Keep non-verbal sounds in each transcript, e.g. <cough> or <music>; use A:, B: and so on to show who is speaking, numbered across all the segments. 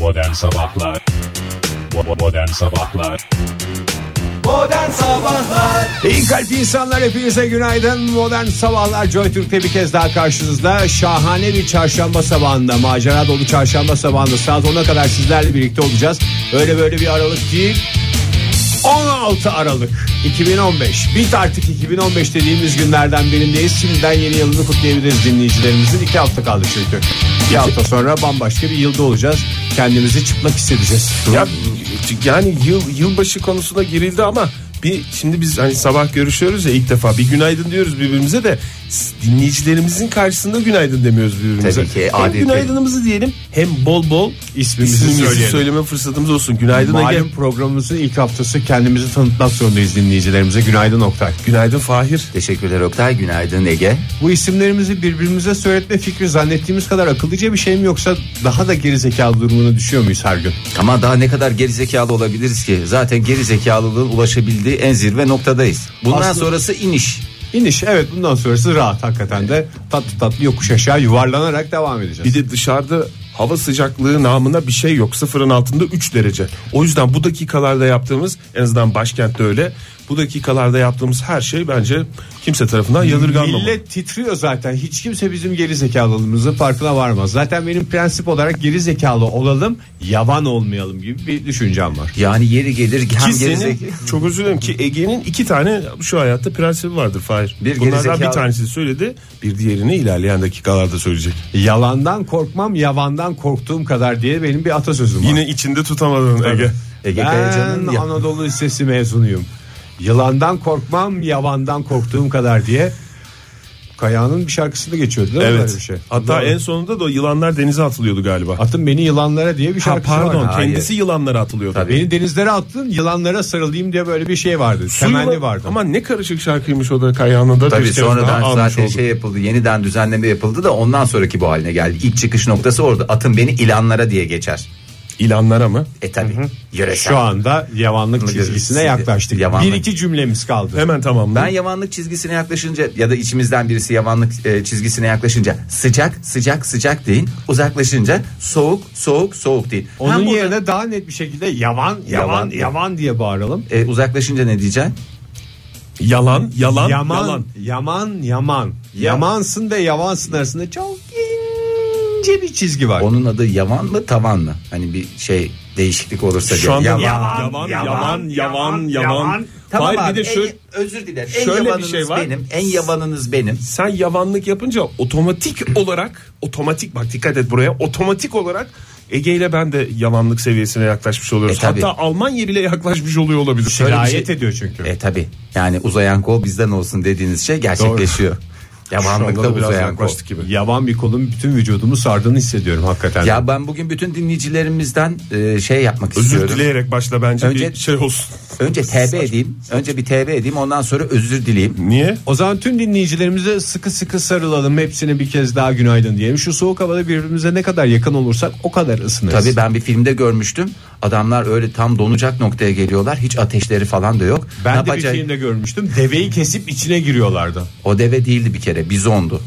A: Modern Sabahlar Bo- Modern Sabahlar
B: Modern Sabahlar
C: İyi kalp insanlar hepinize günaydın. Modern sabahlar Joy Türk'te bir kez daha karşınızda. Şahane bir çarşamba sabahında, macera dolu çarşamba sabahında saat 10'a kadar sizlerle birlikte olacağız. Öyle böyle bir aralık değil. 16 Aralık 2015. Bit artık 2015 dediğimiz günlerden birindeyiz. Şimdiden yeni yılını kutlayabiliriz dinleyicilerimizin. İki hafta kaldı çünkü. İki hafta sonra bambaşka bir yılda olacağız. Kendimizi çıplak hissedeceğiz.
D: Ya yani yıl yılbaşı konusuna girildi ama bir şimdi biz hani sabah görüşüyoruz ya ilk defa bir günaydın diyoruz birbirimize de s- dinleyicilerimizin karşısında günaydın demiyoruz birbirimize.
B: Tabii ki,
D: hem
B: adeti.
D: günaydınımızı diyelim hem bol bol
C: İsmimizi söyleyelim.
D: söyleme fırsatımız olsun. Günaydın Ege.
C: Malum programımızın ilk haftası kendimizi tanıtmak zorundayız dinleyicilerimize. Günaydın Oktay.
D: Günaydın Fahir.
B: Teşekkürler Oktay günaydın Ege
C: Bu isimlerimizi birbirimize söyletme fikri zannettiğimiz kadar akıllıca bir şey mi yoksa daha da gerizekalı durumuna düşüyor muyuz her gün?
B: Ama daha ne kadar gerizekalı olabiliriz ki Zaten gerizekalılığın ulaşabildiği en zirve noktadayız Bundan
C: Aslında-
B: sonrası iniş
C: İniş evet bundan sonrası rahat hakikaten de tatlı tatlı yokuş aşağı yuvarlanarak devam edeceğiz.
D: Bir de dışarıda hava sıcaklığı namına bir şey yok. Sıfırın altında 3 derece. O yüzden bu dakikalarda yaptığımız en azından başkentte öyle. Bu dakikalarda yaptığımız her şey bence kimse tarafından yadırganmamalı.
C: Millet titriyor zaten hiç kimse bizim gerizekalılığımızın farkına varmaz. Zaten benim prensip olarak gerizekalı olalım yavan olmayalım gibi bir düşüncem var.
B: Yani yeri gelir hem
D: Ki senin,
B: gerizek-
D: çok özür dilerim ki Ege'nin iki tane şu hayatta prensibi vardır Fahir.
B: Bir
D: Bunlardan
B: gerizekalı.
D: bir tanesini söyledi bir diğerini ilerleyen dakikalarda söyleyecek.
C: Yalandan korkmam yavandan korktuğum kadar diye benim bir atasözüm var.
D: Yine içinde tutamadın Ege.
B: Ege
C: Ben
B: Kayacan'ın ya-
C: Anadolu Lisesi mezunuyum. Yılandan korkmam, yavandan korktuğum kadar diye. Kaya'nın bir şarkısında geçiyordu değil mi böyle
D: Evet.
C: bir şey?
D: Hatta
C: Doğru.
D: en sonunda da o yılanlar denize atılıyordu galiba.
C: Atın beni yılanlara diye bir
D: Ha,
C: şarkısı
D: pardon
C: vardı.
D: kendisi yılanlara atılıyordu.
C: Beni denizlere attın, yılanlara sarılayım diye böyle bir şey vardı.
D: Suyla-
C: Temenni vardı.
D: Ama ne karışık şarkıymış o da Kayahan'la da.
B: Tabii
D: bir kere daha
B: sonradan
D: almış
B: zaten
D: olduk.
B: şey yapıldı yeniden düzenleme yapıldı da ondan sonraki bu haline geldi İlk çıkış noktası orada atın beni ilanlara diye geçer
D: İlanlara mı?
B: E tabi yöresel
C: Şu anda yavanlık çizgisine yaklaştık.
B: Yavanlık.
C: Bir iki cümlemiz kaldı.
D: Hemen tamamla.
B: Ben yamanlık çizgisine yaklaşınca ya da içimizden birisi yamanlık e, çizgisine yaklaşınca sıcak sıcak sıcak deyin. Uzaklaşınca soğuk soğuk soğuk deyin.
C: Onun
B: Hem burada-
C: yerine daha net bir şekilde yavan, yavan,
B: Yavan.
C: yavan diye bağıralım.
B: E, uzaklaşınca ne diyeceksin?
D: Yalan, yalan,
C: Yaman,
D: yalan.
C: Yaman, Yaman.
B: Ya-
C: Yamansın da yavansın arasında çok ince bir çizgi var.
B: Onun adı yaman mı tavan mı? Hani bir şey değişiklik olursa diye.
D: Şu anda yavan, yavan,
B: Yavan.
D: yavan, yavan, yavan.
B: Tamam
D: Hayır
B: abi,
D: bir de şöyle,
B: en- özür dilerim. En
D: şöyle bir
B: yavanınız
D: şey var.
B: benim. En yavanınız benim.
D: sen yavanlık yapınca otomatik olarak otomatik bak dikkat et buraya otomatik olarak Ege ile ben de yavanlık seviyesine yaklaşmış oluyoruz.
B: E, tabii.
D: Hatta Almanya bile yaklaşmış oluyor olabilir.
B: Şöyle bir şey-
C: Dirayet ediyor çünkü.
B: E tabi yani uzayan kol bizden olsun dediğiniz şey gerçekleşiyor. Yavanlıkta
D: Şu anda da biraz
B: uzayan kol.
D: yaklaştık gibi.
C: Yavan bir kolun bütün vücudumu sardığını hissediyorum hakikaten.
B: Ya ben bugün bütün dinleyicilerimizden e, şey yapmak
D: Özür
B: istiyorum.
D: dileyerek başla bence
B: Önce-
D: bir şey olsun.
B: Önce TB edeyim. Önce bir TB edeyim ondan sonra özür dileyeyim.
D: Niye?
C: O zaman tüm dinleyicilerimize sıkı sıkı sarılalım. Hepsine bir kez daha günaydın diyelim. Şu soğuk havada birbirimize ne kadar yakın olursak o kadar ısınırız.
B: Tabii ben bir filmde görmüştüm. Adamlar öyle tam donacak noktaya geliyorlar. Hiç ateşleri falan da yok.
C: Ben
B: Ne
C: de
B: yapacak-
C: bir filmde görmüştüm. Deveyi kesip içine giriyorlardı.
B: O deve değildi bir kere. Bizondu.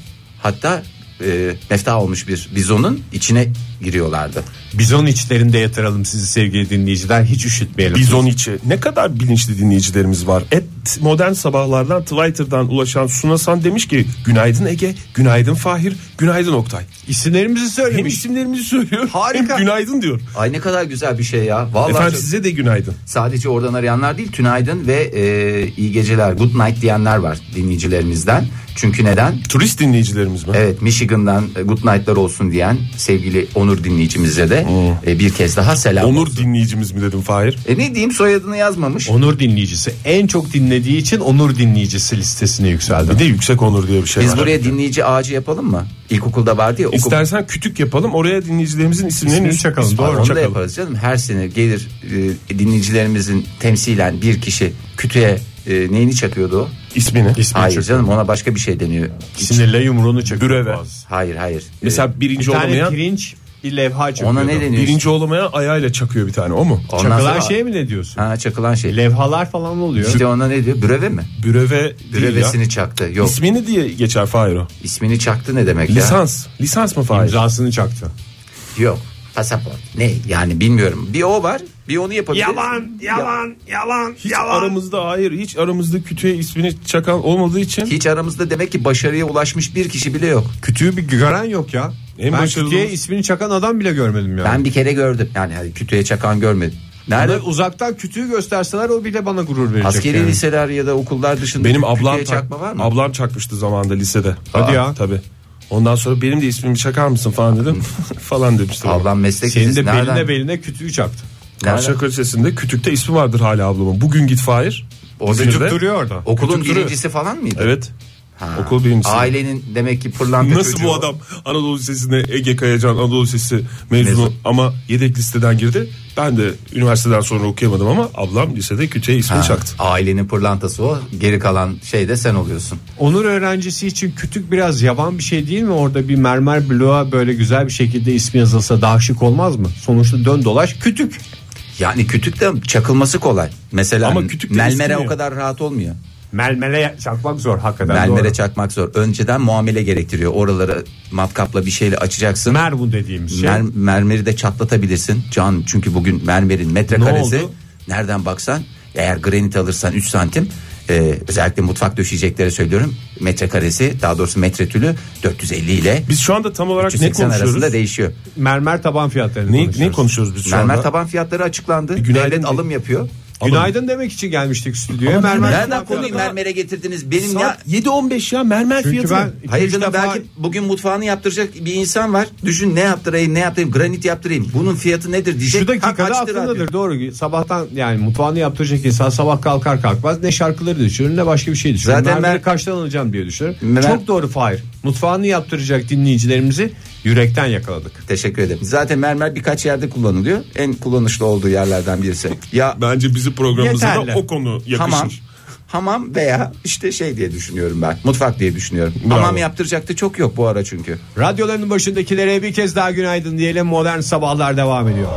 B: Hatta e, mefta olmuş bir bizonun içine giriyorlardı.
C: Bizon içlerinde yatıralım sizi sevgili dinleyiciler. Hiç üşütmeyelim.
D: Bizon içi. Ne kadar bilinçli dinleyicilerimiz var. Et modern sabahlardan Twitter'dan ulaşan Sunasan demiş ki günaydın Ege, günaydın Fahir, günaydın Oktay.
C: İsimlerimizi
D: Hem
C: söylemiş.
D: isimlerimizi söylüyor.
C: Harika.
D: Hem günaydın diyor.
B: Ay ne kadar güzel bir şey ya. Vallahi
D: Efendim
B: çok-
D: size de günaydın.
B: sadece oradan arayanlar değil tünaydın ve e, iyi geceler good night diyenler var dinleyicilerimizden. Çünkü neden?
D: Turist dinleyicilerimiz mi?
B: Evet Michigan'dan e, good night'lar olsun diyen sevgili Onur dinleyicimize de e, bir kez daha selam
D: Onur
B: olsun.
D: dinleyicimiz mi dedim Fahir?
B: E ne diyeyim soyadını yazmamış.
C: Onur dinleyicisi. En çok dinlediği için Onur dinleyicisi listesine yükseldi.
D: Bir de yüksek onur diye bir şey
B: Biz
D: var.
B: buraya dinleyici ağacı yapalım mı? İlkokulda vardı ya. okul-
D: İstersen kütük yapalım oraya dinleyicilerimizin isimlerini
C: İsmini çakalım,
D: İsmini
C: doğru.
B: Onu da
D: çakalım.
B: yaparız canım. Her sene gelir e, dinleyicilerimizin temsilen bir kişi kütüğe e, neyini çakıyordu o?
D: İsmini.
C: İsmini
B: Hayır
C: çakıyor.
B: canım ona başka bir şey deniyor.
C: Sinirle yumruğunu çekiyor.
D: Büreve.
C: bazı.
B: Hayır hayır.
D: Mesela
C: Bir
D: birinci
C: tane
D: olamayan
C: pirinç bir levha
B: E,
C: çakıyor.
B: ona ne deniyor?
D: birinci olamayan ayağıyla çakıyor bir tane o mu?
B: Ondan
C: Çakılan
B: sonra-
C: şey mi ne diyorsun?
B: Ha çakılan şey.
C: Levhalar falan oluyor.
B: İşte ona ne diyor? Breve mi?
D: Büreve değil ya.
B: Brevesini çaktı. Yok.
D: İsmini diye geçer Fahir o.
B: ismini çaktı ne demek ya?
D: Lisans. Lisans mı Fahir?
C: İmzasını çaktı.
B: Yok. pasaport. Ne yani bilmiyorum. Bir o var bir onu yapabiliriz.
C: Yalan, yalan, yalan,
D: Hiç
C: yalan.
D: aramızda hayır hiç aramızda kütüğe ismini çakan olmadığı için
B: Hiç aramızda demek ki başarıya ulaşmış bir kişi bile yok.
C: Kütüğü bir gören yok ya.
D: En
C: ben
D: başarılı-
C: kütüğe ismini çakan adam bile görmedim ya.
B: Ben bir kere gördüm yani hani kütüğe çakan görmedim.
C: Bana
B: Nerede?
C: uzaktan kütüğü gösterseler o bile bana gurur verecek.
B: Askeri
C: yani.
B: liseler ya da okullar dışında
D: benim
B: bir
D: ablam
B: kütüğe
D: tak-
B: çakma var mı?
D: ablam çakmıştı zamanında lisede.
C: Hadi ya.
D: Tabi. Ondan sonra benim de ismimi çakar mısın falan dedim. <laughs> falan demiştim.
B: ablam meslek
C: Senin de
B: lisesi.
C: beline
B: Nereden-
C: beline kütüğü çaktı.
B: nereden-
D: Karşıyaka Lisesi'nde kütükte ismi vardır hala ablamın. Bugün git Fahir.
B: Orada
D: İzmir'de.
C: Kütük duruyor orada.
B: Okulun
D: Kütük duruyor.
B: birincisi falan mıydı?
D: Evet.
B: Ha.
D: Okul birincisi.
B: Ailenin demek ki pırlanta
D: Nasıl
B: çocuğu.
D: bu adam Anadolu Lisesi'ne Ege Kayacan Anadolu Lisesi mezunu
B: Mezun.
D: ama yedek listeden girdi. Ben de üniversiteden sonra okuyamadım ama ablam lisede kütüğe ismini
B: Ha,
D: çaktı.
B: Ailenin pırlantası o. Geri kalan şey de sen oluyorsun.
C: Onur öğrencisi için kütük biraz yavan bir şey değil mi? Orada bir mermer bloğa böyle güzel bir şekilde ismi yazılsa daha şık olmaz mı? Sonuçta dön dolaş kütük.
B: Yani kütük de çakılması kolay. Mesela
D: Ama kütük de
B: nelmere o
D: istemiyor.
B: kadar rahat olmuyor.
C: Mermele çakmak zor hakikaten.
B: Nelmere
C: doğru.
B: çakmak zor. Önceden muamele gerektiriyor. Oraları matkapla bir şeyle açacaksın.
C: Mervun dediğimiz şey.
B: Mer- mermeri de çatlatabilirsin. Can çünkü bugün mermerin
C: Ne
B: metrekaresi
C: oldu?
B: nereden baksan eğer granit alırsan 3 santim e, özellikle mutfak döşeyeceklere söylüyorum metrekaresi daha doğrusu metre tülü 450 ile
D: Biz şu anda tam olarak ne
B: 380 arasında
D: konuşuyoruz?
B: değişiyor.
C: mermer taban fiyatlarını
D: Ne,
C: konuşuyoruz.
D: ne konuşuyoruz biz şu
B: Mermer
D: anda? E,
B: taban fiyatları açıklandı.
D: günaydın
B: Devlet
D: de-
B: alım yapıyor.
C: Günaydın demek için gelmiştik stüdyoya.
D: Ama
C: Mermer
D: mermer-
B: Nereden
D: taban
B: konuyu
D: fiyatları-
B: mermere getirdiniz? Benim ya
D: Saat 7.15 ya mermer
C: Çünkü
D: fiyatı.
C: ben-
B: Hayır
C: İlk
B: canım
C: defa-
B: belki bugün mutfağını yaptıracak bir insan var. Düşün ne yaptırayım ne yaptırayım granit yaptırayım. Bunun fiyatı nedir diyecek.
C: Şu
B: Ha,
C: dakikada
B: Şey, kaç lira diyor.
C: aklındadır doğru. Sabahtan yani mutfağını yaptıracak insan sabah kalkar kalkmaz ne şarkıları düşünür ne başka bir şey düşünür.
B: Zaten
C: Zaten ben
B: ben-
C: kaçtan alacağım diye düşünür.
B: Ben-
C: Çok doğru Fahir. Mutfağını yaptıracak dinleyicilerimizi yürekten yakaladık.
B: Teşekkür ederim. Zaten mermer birkaç yerde kullanılıyor. En kullanışlı olduğu yerlerden birisi. Ya
D: Bence bizi programımıza
C: Yeterli.
D: da o konu yakışır.
B: hamam. Hamam veya işte şey diye düşünüyorum ben. Mutfak diye düşünüyorum. Hamam yaptıracak da çok yok bu ara çünkü.
C: Radyoların başındakilere bir kez daha günaydın diyelim. Modern Sabahlar devam ediyor.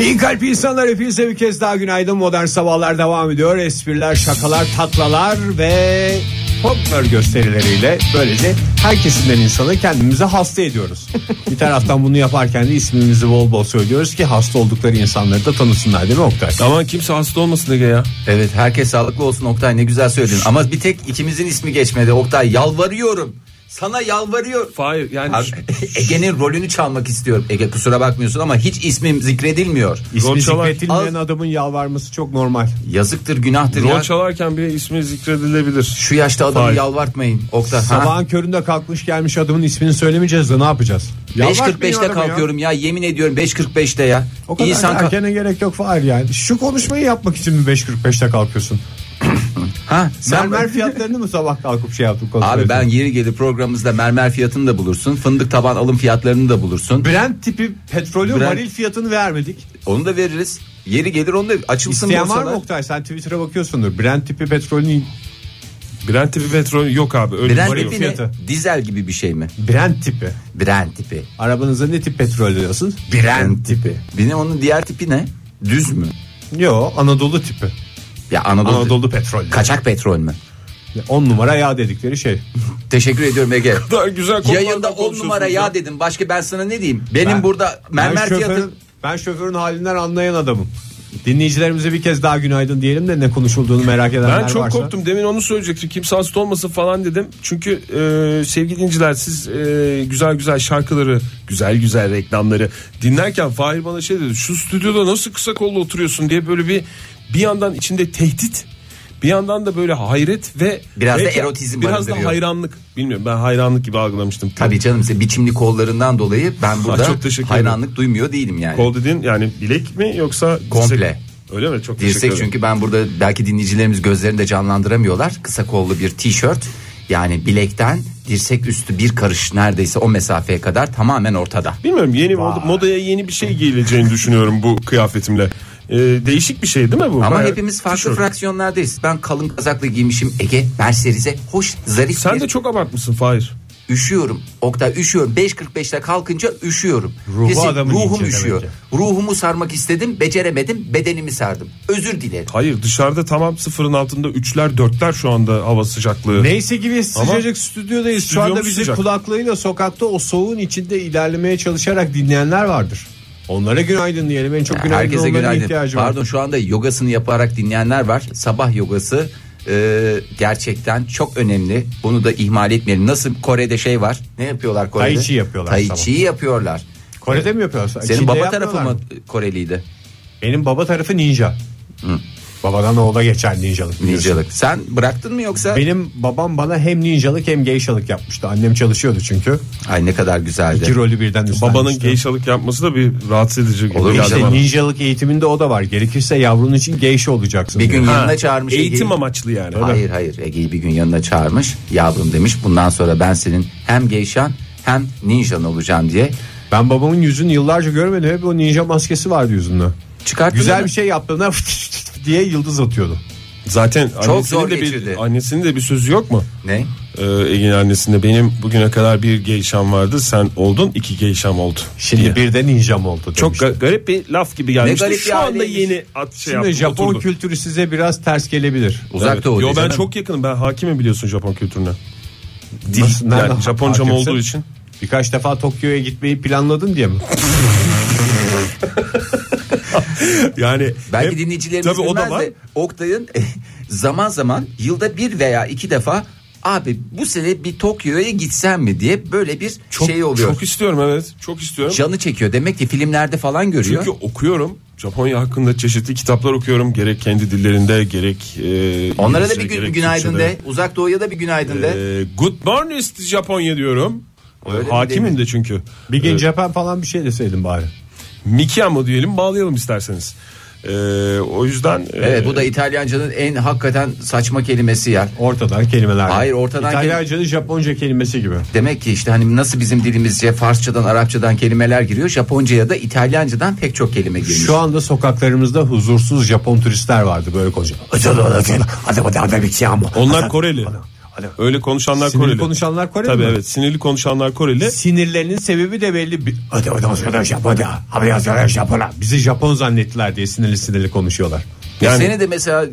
C: İyi kalp insanlar hepinize bir kez daha günaydın. Modern Sabahlar devam ediyor. Espriler, şakalar, taklalar ve poplar gösterileriyle böylece her kesimden insanı kendimize hasta ediyoruz. bir taraftan bunu yaparken de ismimizi bol bol söylüyoruz ki hasta oldukları insanları da tanısınlar değil mi Oktay?
D: Aman kimse hasta olmasın Ege ya.
B: Evet herkes sağlıklı olsun Oktay ne güzel söyledin. Ama bir tek ikimizin ismi geçmedi Oktay yalvarıyorum. Sana yalvarıyorum.
D: Hayır yani
B: Abi, Ege'nin rolünü çalmak istiyorum. Ege kusura bakmıyorsun ama hiç ismim zikredilmiyor.
C: İsmi
D: Rol çalar-
C: zikretilmeyen
B: Az-
C: adamın yalvarması çok normal.
B: Yazıktır, günahtır
D: rol
B: ya.
D: çalarken bile ismi zikredilebilir.
B: Şu yaşta adamı
D: Hayır.
B: yalvartmayın. Oktay. ha?
C: Sabahın köründe kalkmış gelmiş adamın ismini söylemeyeceğiz de ne yapacağız? Yalvarmayın
B: 5.45'te
C: adamı ya.
B: kalkıyorum ya. Yemin ediyorum 5.45'te ya.
C: O kadar
B: İnsan
C: İnsan
B: kalk-
C: erkene gerek yok Fahir yani. Şu konuşmayı yapmak için mi 5.45'te kalkıyorsun?
B: ha sen
C: Mermer fiyatlarını mı sabah kalkıp şey yaptın konuşuyorsun?
B: Abi ben yeri gelir programımızda mermer fiyatını da bulursun. Fındık taban alım fiyatlarını da bulursun.
C: Brent tipi petrolün
B: Brent-
C: varil fiyatını vermedik.
B: Onu da veririz. Yeri gelir onu da açılsın
C: İsteyen var mı
B: borsalar.
C: Oktay? Sen Twitter'a bakıyorsundur. Brent tipi petrolün
D: Brent tipi petrol yok abi. Öyle
B: Brent
D: bir şey yok.
B: tipi ne?
C: fiyatı.
B: Dizel gibi bir şey mi?
C: Brent tipi.
B: Brent tipi.
C: Arabanıza ne tip petrol diyorsun?
B: Brent tipi. Bir de onun diğer tipi ne? Düz mü?
C: Yo Anadolu tipi.
B: Ya Anadolu,
C: Anadolu petrol.
B: kaçak petrol mü?
C: 10 numara yağ dedikleri şey.
B: Teşekkür ediyorum Ege.
D: Daha güzel konulardan
B: <laughs> Yayında 10
D: konuşuyorsunuz
B: numara
D: ya.
B: ya dedim. Başka ben sana ne diyeyim? Benim burada mermer
C: ben şoförün,
B: fiyatı
C: Ben şoförün halinden anlayan adamım. Dinleyicilerimize bir kez daha günaydın diyelim de ne konuşulduğunu merak edenler
D: Ben çok
C: varsa.
D: korktum demin onu söyleyecektim kimse hasta olmasın falan dedim çünkü e, sevgili dinciler siz e, güzel güzel şarkıları güzel güzel reklamları dinlerken Fahir bana şey dedi şu stüdyoda nasıl kısa kollu oturuyorsun diye böyle bir bir yandan içinde tehdit bir yandan da böyle hayret ve
B: Biraz da
D: belki
B: erotizm
D: biraz da
B: barındırıyor.
D: hayranlık bilmiyorum ben hayranlık gibi algılamıştım
B: Tabii canım size biçimli kollarından dolayı ben burada
D: çok teşekkür ederim.
B: hayranlık duymuyor değilim yani.
D: kol dediğin yani bilek mi yoksa dirsek-
B: Komple.
D: öyle mi çok teşekkür
B: Dirsek
D: ederim.
B: çünkü ben burada belki dinleyicilerimiz gözlerini de canlandıramıyorlar. Kısa kollu bir tişört yani bilekten dirsek üstü bir karış neredeyse o mesafeye kadar tamamen ortada.
D: Bilmiyorum yeni mod- modaya yeni bir şey giyileceğini düşünüyorum bu kıyafetimle. Ee, değişik bir şey değil mi bu?
B: Ama
D: Bayağı
B: hepimiz farklı
D: tişört.
B: fraksiyonlardayız. Ben kalın kazaklı giymişim Ege Merceriz'e hoş zarif
D: Sen
B: bir-
D: de çok abartmışsın Fahir.
B: Üşüyorum. Oktay üşüyorum. 5.45'te kalkınca üşüyorum.
C: Ruhu adamın
B: ruhum
C: ince
B: üşüyor.
C: demek
B: Ruhumu sarmak istedim, beceremedim, bedenimi sardım. Özür dilerim.
D: Hayır dışarıda tamam sıfırın altında üçler dörtler şu anda hava sıcaklığı.
C: Neyse ki biz
D: Ama
C: sıcacık stüdyodayız. Şu
D: stüdyomuz
C: anda bizi
D: sıcak.
C: kulaklığıyla sokakta o soğuğun içinde ilerlemeye çalışarak dinleyenler vardır. Onlara günaydın diyelim. En çok günaydın
B: Herkese
C: onların
B: günaydın.
C: ihtiyacı var.
B: Pardon şu anda yogasını yaparak dinleyenler var. Sabah yogası e, gerçekten çok önemli. Bunu da ihmal etmeyelim. Nasıl Kore'de şey var? Ne yapıyorlar Kore'de?
C: Tai Chi yapıyorlar
B: Tai
C: sabah.
B: Chi'yi yapıyorlar.
C: Kore'de mi yapıyorsun?
B: Senin
C: Çin'de
B: baba tarafı
C: yapmıyorlar
B: mı Koreliydi?
C: Benim baba tarafı ninja. Babadan oğula geçen ninjalık. biliyorsun.
B: Ninjalık. Sen bıraktın mı yoksa?
C: Benim babam bana hem ninjalık hem geyşalık yapmıştı. Annem çalışıyordu çünkü.
B: Ay ne kadar güzeldi.
C: İki rolü birden üstlenmişti.
D: Babanın geyşalık yapması da bir rahatsız edici gibi
B: Olur mu
D: geldi
B: işte?
D: bana.
C: İşte ninjalık eğitiminde o da var. Gerekirse yavrun için geyşe olacaksın.
B: Bir
C: diyor.
B: gün
D: Ha,
B: yanına çağırmış.
D: Eğitim
B: Ege'yi.
D: amaçlı yani.
B: Hayır hayır Ege'yi bir gün yanına çağırmış. Yavrum demiş bundan sonra ben senin hem geyşan hem ninjan olacağım diye.
C: Ben babamın yüzünü yıllarca görmedim. Hep o ninja maskesi vardı yüzünde.
B: Çıkarttın
C: Güzel
B: mı?
C: bir şey yaptığında <laughs> diye yıldız atıyordu.
D: Zaten
B: Çok
D: annesinin
B: zor
D: de
B: geçirdi.
D: bir, annesinin de bir sözü yok mu?
B: Ne?
D: Ee, Ege'nin annesinde benim bugüne kadar bir geyşam vardı sen oldun iki geyşam oldu.
C: Şimdi
D: diye.
C: bir de ninjam oldu demişti.
D: Çok ga- garip bir laf gibi gelmişti.
B: Ne garip bir
D: Şu anda
B: aileymiş.
D: yeni at şey
C: Şimdi
D: yaptı,
C: Japon
D: oturdu.
C: kültürü size biraz ters gelebilir.
B: Uzak
D: Evet.
B: doğu.
D: Yo
B: dedi.
D: ben çok yakınım ben hakimim biliyorsun Japon kültürüne. Dil.
C: Nasıl, nereden
D: yani Japoncam
C: hakimsin?
D: olduğu için.
C: Birkaç defa Tokyo'ya gitmeyi planladın diye mi?
D: Yani
B: Belki
D: hep-
B: dinleyicilerimiz
D: tabii o da
B: bilmez
D: var.
B: de Oktay'ın eh, zaman zaman yılda bir veya iki defa abi bu sene bir Tokyo'ya gitsem mi diye böyle bir
D: Çok,
B: şey oluyor. Şey
D: çok istiyorum evet. Çok istiyorum.
B: Canı çekiyor. Demek ki filmlerde falan görüyor.
D: Çünkü okuyorum. Japonya hakkında çeşitli kitaplar okuyorum. Gerek kendi dillerinde gerek e,
B: Onlara da
D: İngilizce,
B: bir gün,
D: gerek
B: günaydın de.
D: Türkçe'de.
B: Uzak Doğu'ya da bir günaydın de.
D: E, good morning Japonya diyorum.
B: Öyle mi
D: Hakimim de çünkü.
C: Bir gün
D: E,
C: Japan falan bir şey deseydin bari.
D: Mikia mı diyelim bağlayalım isterseniz. E, o yüzden e,
B: Evet bu da İtalyancanın en hakikaten saçma kelimesi ya.
C: Ortadan kelimeler.
B: Hayır, ortadan
C: İtalyanca'nın Japonca kelimesi gibi.
B: Demek ki işte hani nasıl bizim dilimizce Farsçadan Arapçadan kelimeler giriyor. Japonca'ya da İtalyancadan pek çok kelime giriyor.
C: Şu anda sokaklarımızda huzursuz Japon turistler vardı böyle konuşuyor.
D: onlar Koreli. Öyle konuşanlar
C: Sinirli
D: Koreli.
C: konuşanlar Koreli
D: Tabii
C: mi?
D: evet sinirli konuşanlar Koreli.
C: Sinirlerinin sebebi de belli. Bir- Bizi Japon zannettiler diye sinirli sinirli konuşuyorlar.
D: Yani
B: Seni de mesela e,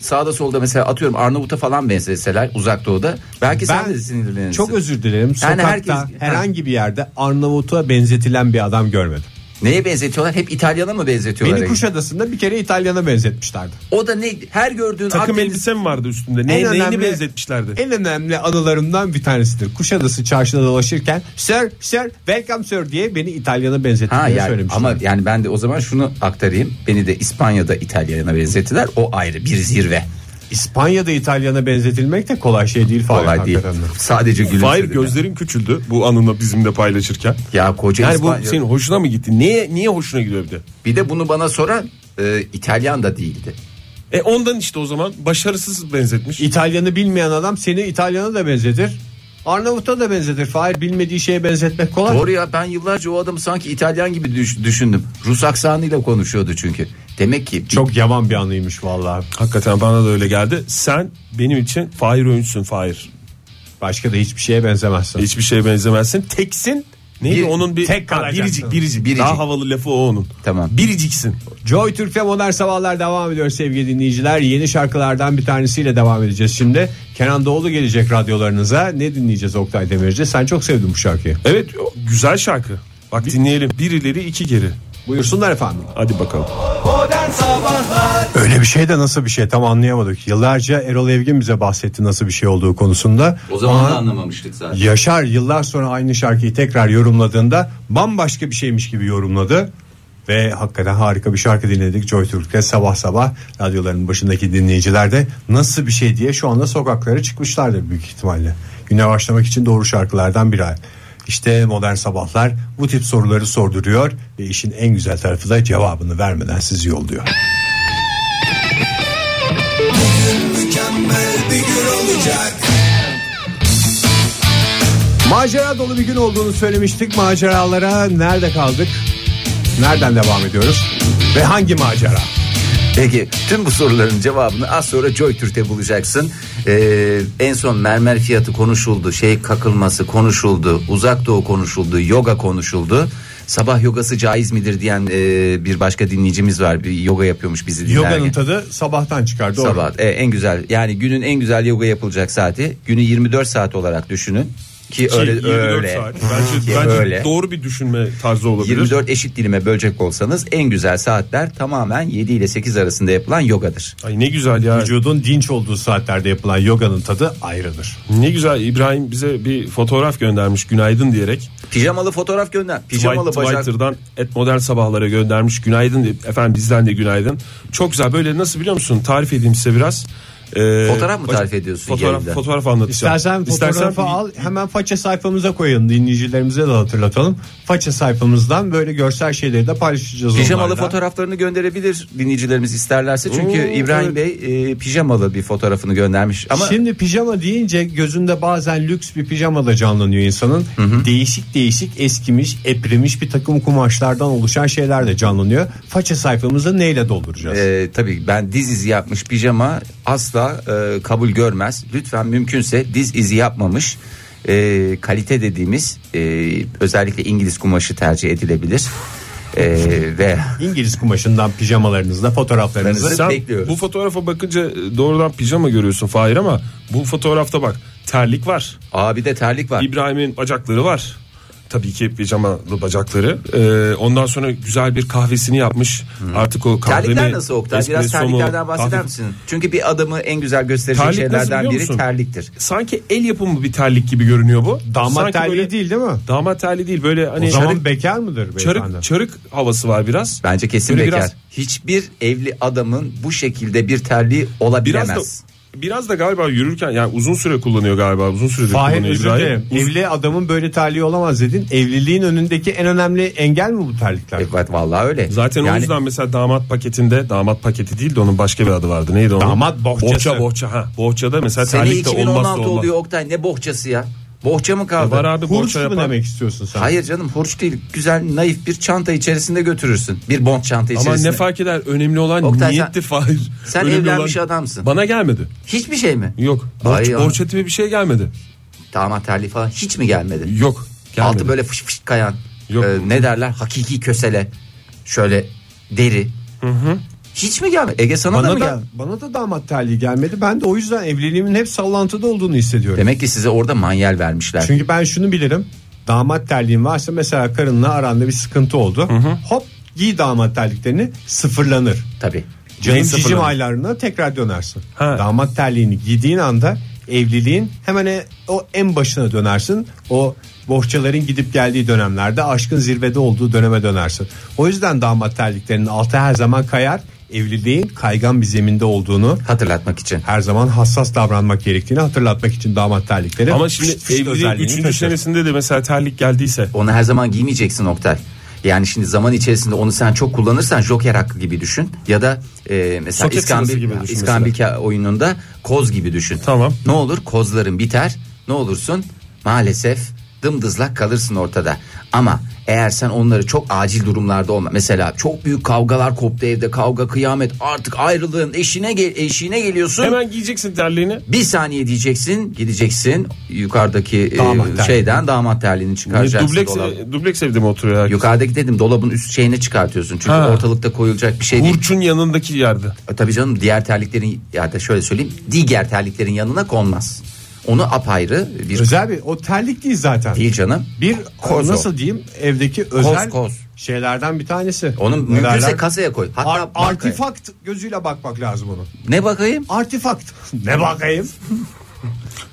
B: sağda solda mesela atıyorum Arnavut'a falan benzeseler uzak doğuda. Belki sen de sinirlenirsin.
C: Çok özür dilerim. Sokakta
B: herkes-
C: herhangi bir yerde Arnavut'a benzetilen bir adam görmedim.
B: Neye benzetiyorlar? Hep İtalyan'a mı benzetiyorlar?
C: Beni Kuşadası'nda bir kere İtalyan'a benzetmişlerdi.
B: O da ne? Her gördüğün
D: takım
B: Akdeniz-
D: elbise mi vardı üstünde? Ne, neyini benzetmişlerdi?
C: En önemli anılarımdan bir tanesidir. Kuşadası çarşıda dolaşırken Sir, Sir, welcome Sir diye beni İtalyan'a
B: Ha
C: benzettiğini
B: yani
C: söylemişler.
B: ama yani ben de o zaman şunu aktarayım. Beni de İspanya'da İtalyan'a benzettiler. O ayrı bir zirve.
C: İspanya'da İtalyan'a benzetilmek de kolay şey değil falan.
B: Kolay değil.
C: hakikaten de.
B: Sadece
D: Fahir
B: gülümsedim. ya.
D: gözlerin küçüldü bu anını bizimle paylaşırken.
B: Ya koca
D: Yani bu
B: İspanya.
D: senin hoşuna mı gitti? Niye niye hoşuna gidiyor bir de?
B: Bir de bunu bana soran e, İtalyan da değildi.
D: E ondan işte o zaman başarısız benzetmiş.
C: İtalyan'ı bilmeyen adam seni İtalyan'a da benzetir. Arnavut'a da benzetir. Fahir bilmediği şeye benzetmek kolay.
B: Doğru ya ben yıllarca o adamı sanki İtalyan gibi düş- düşündüm. Rus aksanıyla konuşuyordu çünkü. Demek ki çok
C: Çok yaman bir anıymış vallahi.
D: Hakikaten bana da öyle geldi. Sen benim için Fahir Öğünç'sün Fahir.
C: Başka da hiçbir şeye benzemezsin.
D: Hiçbir şeye benzemezsin. Teksin. Neydi
B: Bir-
D: onun bir
C: tek
D: Ha,
C: kalacaksın.
D: biricik, biricik
B: Biricik.
D: Daha havalı lafı o onun.
B: Tamam.
D: Biriciksin.
C: Joy Türk'te modern sabahlar devam ediyor sevgili dinleyiciler. Yeni şarkılardan bir tanesiyle devam edeceğiz şimdi. Kenan Doğulu gelecek radyolarınıza. Ne dinleyeceğiz Oktay Demirci? Sen çok sevdin bu şarkıyı.
D: Evet o güzel şarkı. Bak dinleyelim. Birileri iki geri.
C: Buyursunlar efendim.
D: Hadi bakalım.
C: Öyle bir şey de nasıl bir şey tam anlayamadık. Yıllarca Erol Evgin bize bahsetti nasıl bir şey olduğu konusunda.
B: o zaman
C: Ama
B: da anlamamıştık zaten.
C: Yaşar yıllar sonra aynı şarkıyı tekrar yorumladığında bambaşka bir şeymiş gibi yorumladı. Ve hakikaten harika bir şarkı dinledik Joy Türk'te sabah sabah radyoların başındaki dinleyiciler de nasıl bir şey diye şu anda sokaklara çıkmışlardır büyük ihtimalle. Güne başlamak için doğru şarkılardan biri. İşte modern sabahlar bu tip soruları sorduruyor ve işin en güzel tarafı da cevabını vermeden sizi yolluyor.
E: mükemmel bir gün olacak.
C: Macera dolu bir gün olduğunu söylemiştik. Maceralara nerede kaldık? Nereden devam ediyoruz? Ve hangi macera?
B: Peki tüm bu soruların cevabını az sonra Joy Türk'te bulacaksın. Ee, en son mermer fiyatı konuşuldu, şey kakılması konuşuldu, uzak doğu konuşuldu, yoga konuşuldu. Sabah yogası caiz midir diyen e, bir başka dinleyicimiz var. Bir yoga yapıyormuş bizi dinlerken.
C: Yoganın tadı sabahtan çıkar doğru.
B: Sabah e, en güzel yani günün en güzel yoga yapılacak saati günü 24 saat olarak düşünün ki
D: Şey,
B: öyle
D: 24
B: öyle
D: saat. Bence,
B: Ki
D: bence
B: öyle.
D: doğru bir düşünme tarzı olabilir.
B: 24 eşit dilime bölecek olsanız en güzel saatler tamamen 7 ile 8 arasında yapılan yogadır.
D: Ay ne güzel ya.
C: Vücudun dinç olduğu saatlerde yapılan yoganın tadı ayrıdır.
D: Ne güzel İbrahim bize bir fotoğraf göndermiş günaydın diyerek.
B: Pijamalı fotoğraf gönder. Pijamalı
D: Twi-
B: bacak.
D: Twitter'dan et model sabahlara göndermiş günaydın diye. Efendim bizden de günaydın. Çok güzel böyle nasıl biliyor musun tarif edeyim size biraz. Ee,
B: Fotoğraf mı
D: baş-
B: tarif ediyorsun
D: Fotoğraf,
B: yayında?
D: fotoğraf anlatacağım.
C: İstersen fotoğrafı
D: İstersen-
C: al hemen faça sayfamıza koyalım dinleyicilerimize de hatırlatalım. Faça sayfamızdan böyle görsel şeyleri de paylaşacağız
B: Pijamalı
C: onlarla.
B: fotoğraflarını gönderebilir dinleyicilerimiz isterlerse. Çünkü
D: Oo,
B: İbrahim Bey e, pijamalı bir fotoğrafını göndermiş. Ama
C: Şimdi pijama deyince gözünde bazen lüks bir pijama da canlanıyor insanın. Değişik değişik eskimiş, eprimiş bir takım kumaşlardan oluşan şeyler de canlanıyor. Faça sayfamızı neyle dolduracağız?
B: Ee, tabii ben diz izi yapmış pijama asla e, kabul görmez. Lütfen mümkünse diz izi yapmamış e, kalite dediğimiz e, özellikle İngiliz kumaşı tercih edilebilir. E, ve
C: İngiliz kumaşından pijamalarınızla fotoğraflarınızı
B: Fotoğraflarınızı-
D: Sen
B: Bekliyoruz.
D: bu fotoğrafa bakınca e, doğrudan pijama görüyorsun Fahir ama bu fotoğrafta bak terlik var.
B: abi de terlik var.
D: İbrahim'in bacakları var. Tabii ki pijamalı bacakları. Ee, ondan sonra güzel bir kahvesini yapmış. Artık o kahveni...
B: Terlikler nasıl Oktay? Biraz
D: espresso mu,
B: terliklerden bahseder
D: kahve-
B: misin? Çünkü bir adamı en güzel gösterici
D: Terlik nasıl
B: şeylerden
D: biliyor
B: biri
D: musun?
B: terliktir.
D: Sanki el yapımı bir terlik gibi görünüyor bu.
C: damat
D: Sanki
C: terliği
D: böyle-
C: değil değil mi?
D: Damat terliği değil böyle hani
C: O zaman
D: çarık,
C: bekar mıdır beyefendi?
D: çarık, çarık havası var biraz.
B: Bence kesin
D: Böyle
B: bekar.
D: biraz-
B: Hiçbir evli adamın bu şekilde bir terliği
D: Biraz
B: olabilemez.
D: da biraz da galiba yürürken yani uzun süre kullanıyor galiba uzun süredir
C: Fahir
D: kullanıyor
C: özür
D: İbrahim.
C: dilerim.
D: Uz-
C: Evli adamın böyle terliği olamaz dedin. Evliliğin önündeki en önemli engel mi bu terlikler?
B: Evet vallahi öyle.
D: Zaten o
B: Yani-
D: yüzden mesela damat paketinde damat paketi değil de onun başka bir adı vardı. Neydi onun?
C: Damat bohçası.
D: Bohça bohça ha. Bohçada mesela
B: Sene
D: terlik de olmazsa
B: 2016
D: olmaz. E,
B: oluyor Oktay ne bohçası ya? Bohça mı kaldı?
D: Var abi
C: Hurç
D: bohça
C: mu
D: yapan.
C: demek istiyorsun sen?
B: Hayır canım hurç değil. Güzel naif bir çanta içerisinde götürürsün. Bir bond çanta
D: Ama
B: içerisinde.
D: ne fark eder? Önemli olan
B: Oktay,
D: niyetti Fahir.
B: sen
D: Önemli
B: evlenmiş adamsın.
D: Bana gelmedi.
B: Hiçbir şey mi?
D: Yok.
B: Ay
D: Borç,
B: ya.
D: borça tipi bir şey gelmedi.
B: Damat terliği falan hiç mi gelmedi?
D: Yok. Gelmedi.
B: Altı böyle fış fış kayan.
D: Yok.
B: e, ne derler? Hakiki kösele. Şöyle deri. Hiç mi gelmedi? Ege sana da
C: Bana
B: mı
C: da,
B: geldi?
C: bana da damat terliği gelmedi. Ben de o yüzden evliliğimin hep sallantıda olduğunu hissediyorum.
B: Demek ki size orada manyel vermişler.
C: Çünkü ben şunu bilirim. Damat terliğin varsa mesela karınla aranda bir sıkıntı oldu. Hop giy damat terliklerini sıfırlanır.
B: Tabii.
C: Canım
D: Neyi
C: cicim
D: sıfırlanır?
C: aylarına tekrar dönersin.
D: Ha.
C: Damat terliğini giydiğin anda evliliğin hemen e- o en başına dönersin. O bohçaların gidip geldiği dönemlerde aşkın zirvede olduğu döneme dönersin. O yüzden damat terliklerinin altı her zaman kayar. Evliliğin kaygan bir zeminde olduğunu
B: Hatırlatmak için.
C: her zaman hassas davranmak gerektiğini hatırlatmak için damat terlikleri.
D: Ama şimdi
C: fışt fışt
D: evliliğin
C: özelliğini
D: üçüncü
C: taşır.
D: senesinde de mesela terlik geldiyse
B: Onu her zaman giymeyeceksin Oktay. Yani şimdi zaman içerisinde onu sen çok kullanırsan Joker hakkı gibi düşün ya da e, mesela
D: Soket sırası
B: İskambil
D: gibi düşün mesela.
B: İskambil ka- oyununda koz gibi düşün.
D: Tamam.
B: Ne olur kozların biter. Ne olursun maalesef dımdızlak kalırsın ortada. Ama eğer sen onları çok acil durumlarda olma. Mesela çok büyük kavgalar koptu evde. Kavga kıyamet. Artık ayrılığın eşine gel eşiğine geliyorsun.
D: hemen giyeceksin terliğini.
B: Bir saniye diyeceksin, gideceksin yukarıdaki e,
C: Damat terliği.
B: şeyden damat terliğini çıkaracaksın.
D: Dubleks, e,
B: dolabı.
D: dubleks evde mi oturuyor herkes?
B: Yukarıdaki dedim dolabın üst şeyine çıkartıyorsun. Çünkü
D: Ha.
B: ortalıkta koyulacak bir şey değil.
D: Burç'un yanındaki yerde.
B: E, Tabii canım diğer terliklerin ya da şöyle söyleyeyim diğer terliklerin yanına konmaz. Onu apayrı bir
C: Özel bir o terlik değil zaten.
B: değil canım.
C: Bir
B: Koz o.
C: nasıl diyeyim evdeki özel
B: koz.
C: şeylerden bir tanesi.
B: Onun
C: Ne
B: mümkünse
C: derler?
B: kasaya koy. Hatta
C: Ar-
B: bankaya.
C: artifakt gözüyle bakmak lazım onu.
B: Ne bakayım? <laughs>
C: Artifakt. ne <laughs> bakayım?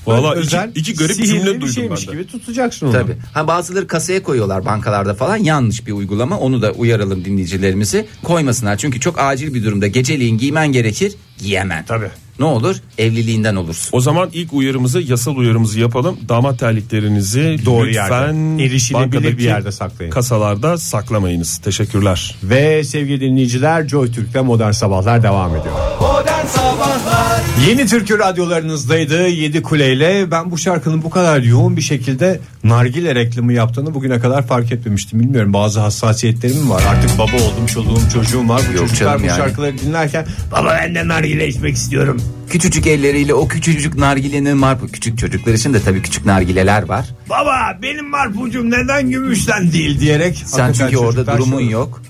D: Valla iki,
C: Özel,
D: iki garip
C: sihirli
D: cümle
C: bir
D: duydum ben
C: şeymiş
D: de.
C: gibi tutacaksın onu.
B: Tabii. Ha bazıları kasaya koyuyorlar bankalarda falan. Yanlış bir uygulama. Onu da uyaralım dinleyicilerimizi. Koymasınlar. Çünkü çok acil bir durumda geceliğin giymen gerekir. Giyemen.
C: Tabii.
B: Ne olur? Evliliğinden olursun.
D: O zaman ilk uyarımızı, yasal uyarımızı yapalım. Damat terliklerinizi
C: Doğru
D: lütfen
C: yerde, erişilebilir
D: bankadaki
C: bir yerde saklayın.
D: Kasalarda saklamayınız. Teşekkürler.
C: Ve sevgili dinleyiciler Joy Türk'te Modern Sabahlar devam ediyor.
E: Modern Sabahlar
C: Yeni Türkü radyolarınızdaydı 7 kuleyle. Ben bu şarkının bu kadar yoğun bir şekilde nargile reklamı yaptığını bugüne kadar fark etmemiştim. Bilmiyorum bazı hassasiyetlerim var. Artık baba oldum, çoluğum, çocuğum var. Bu
B: Yok
C: çocuklar
B: canım
C: bu
B: yani.
C: şarkıları dinlerken baba ben de nargile içmek istiyorum.
B: Küçücük elleriyle o küçücük nargilenin marpu küçük çocuklar için de tabii küçük nargileler var.
C: Baba benim marpucum neden gümüşten değil diyerek.
B: Sen
C: hakikaten
B: çünkü orada
C: çocuklar
B: durumun
C: şey-
B: yok.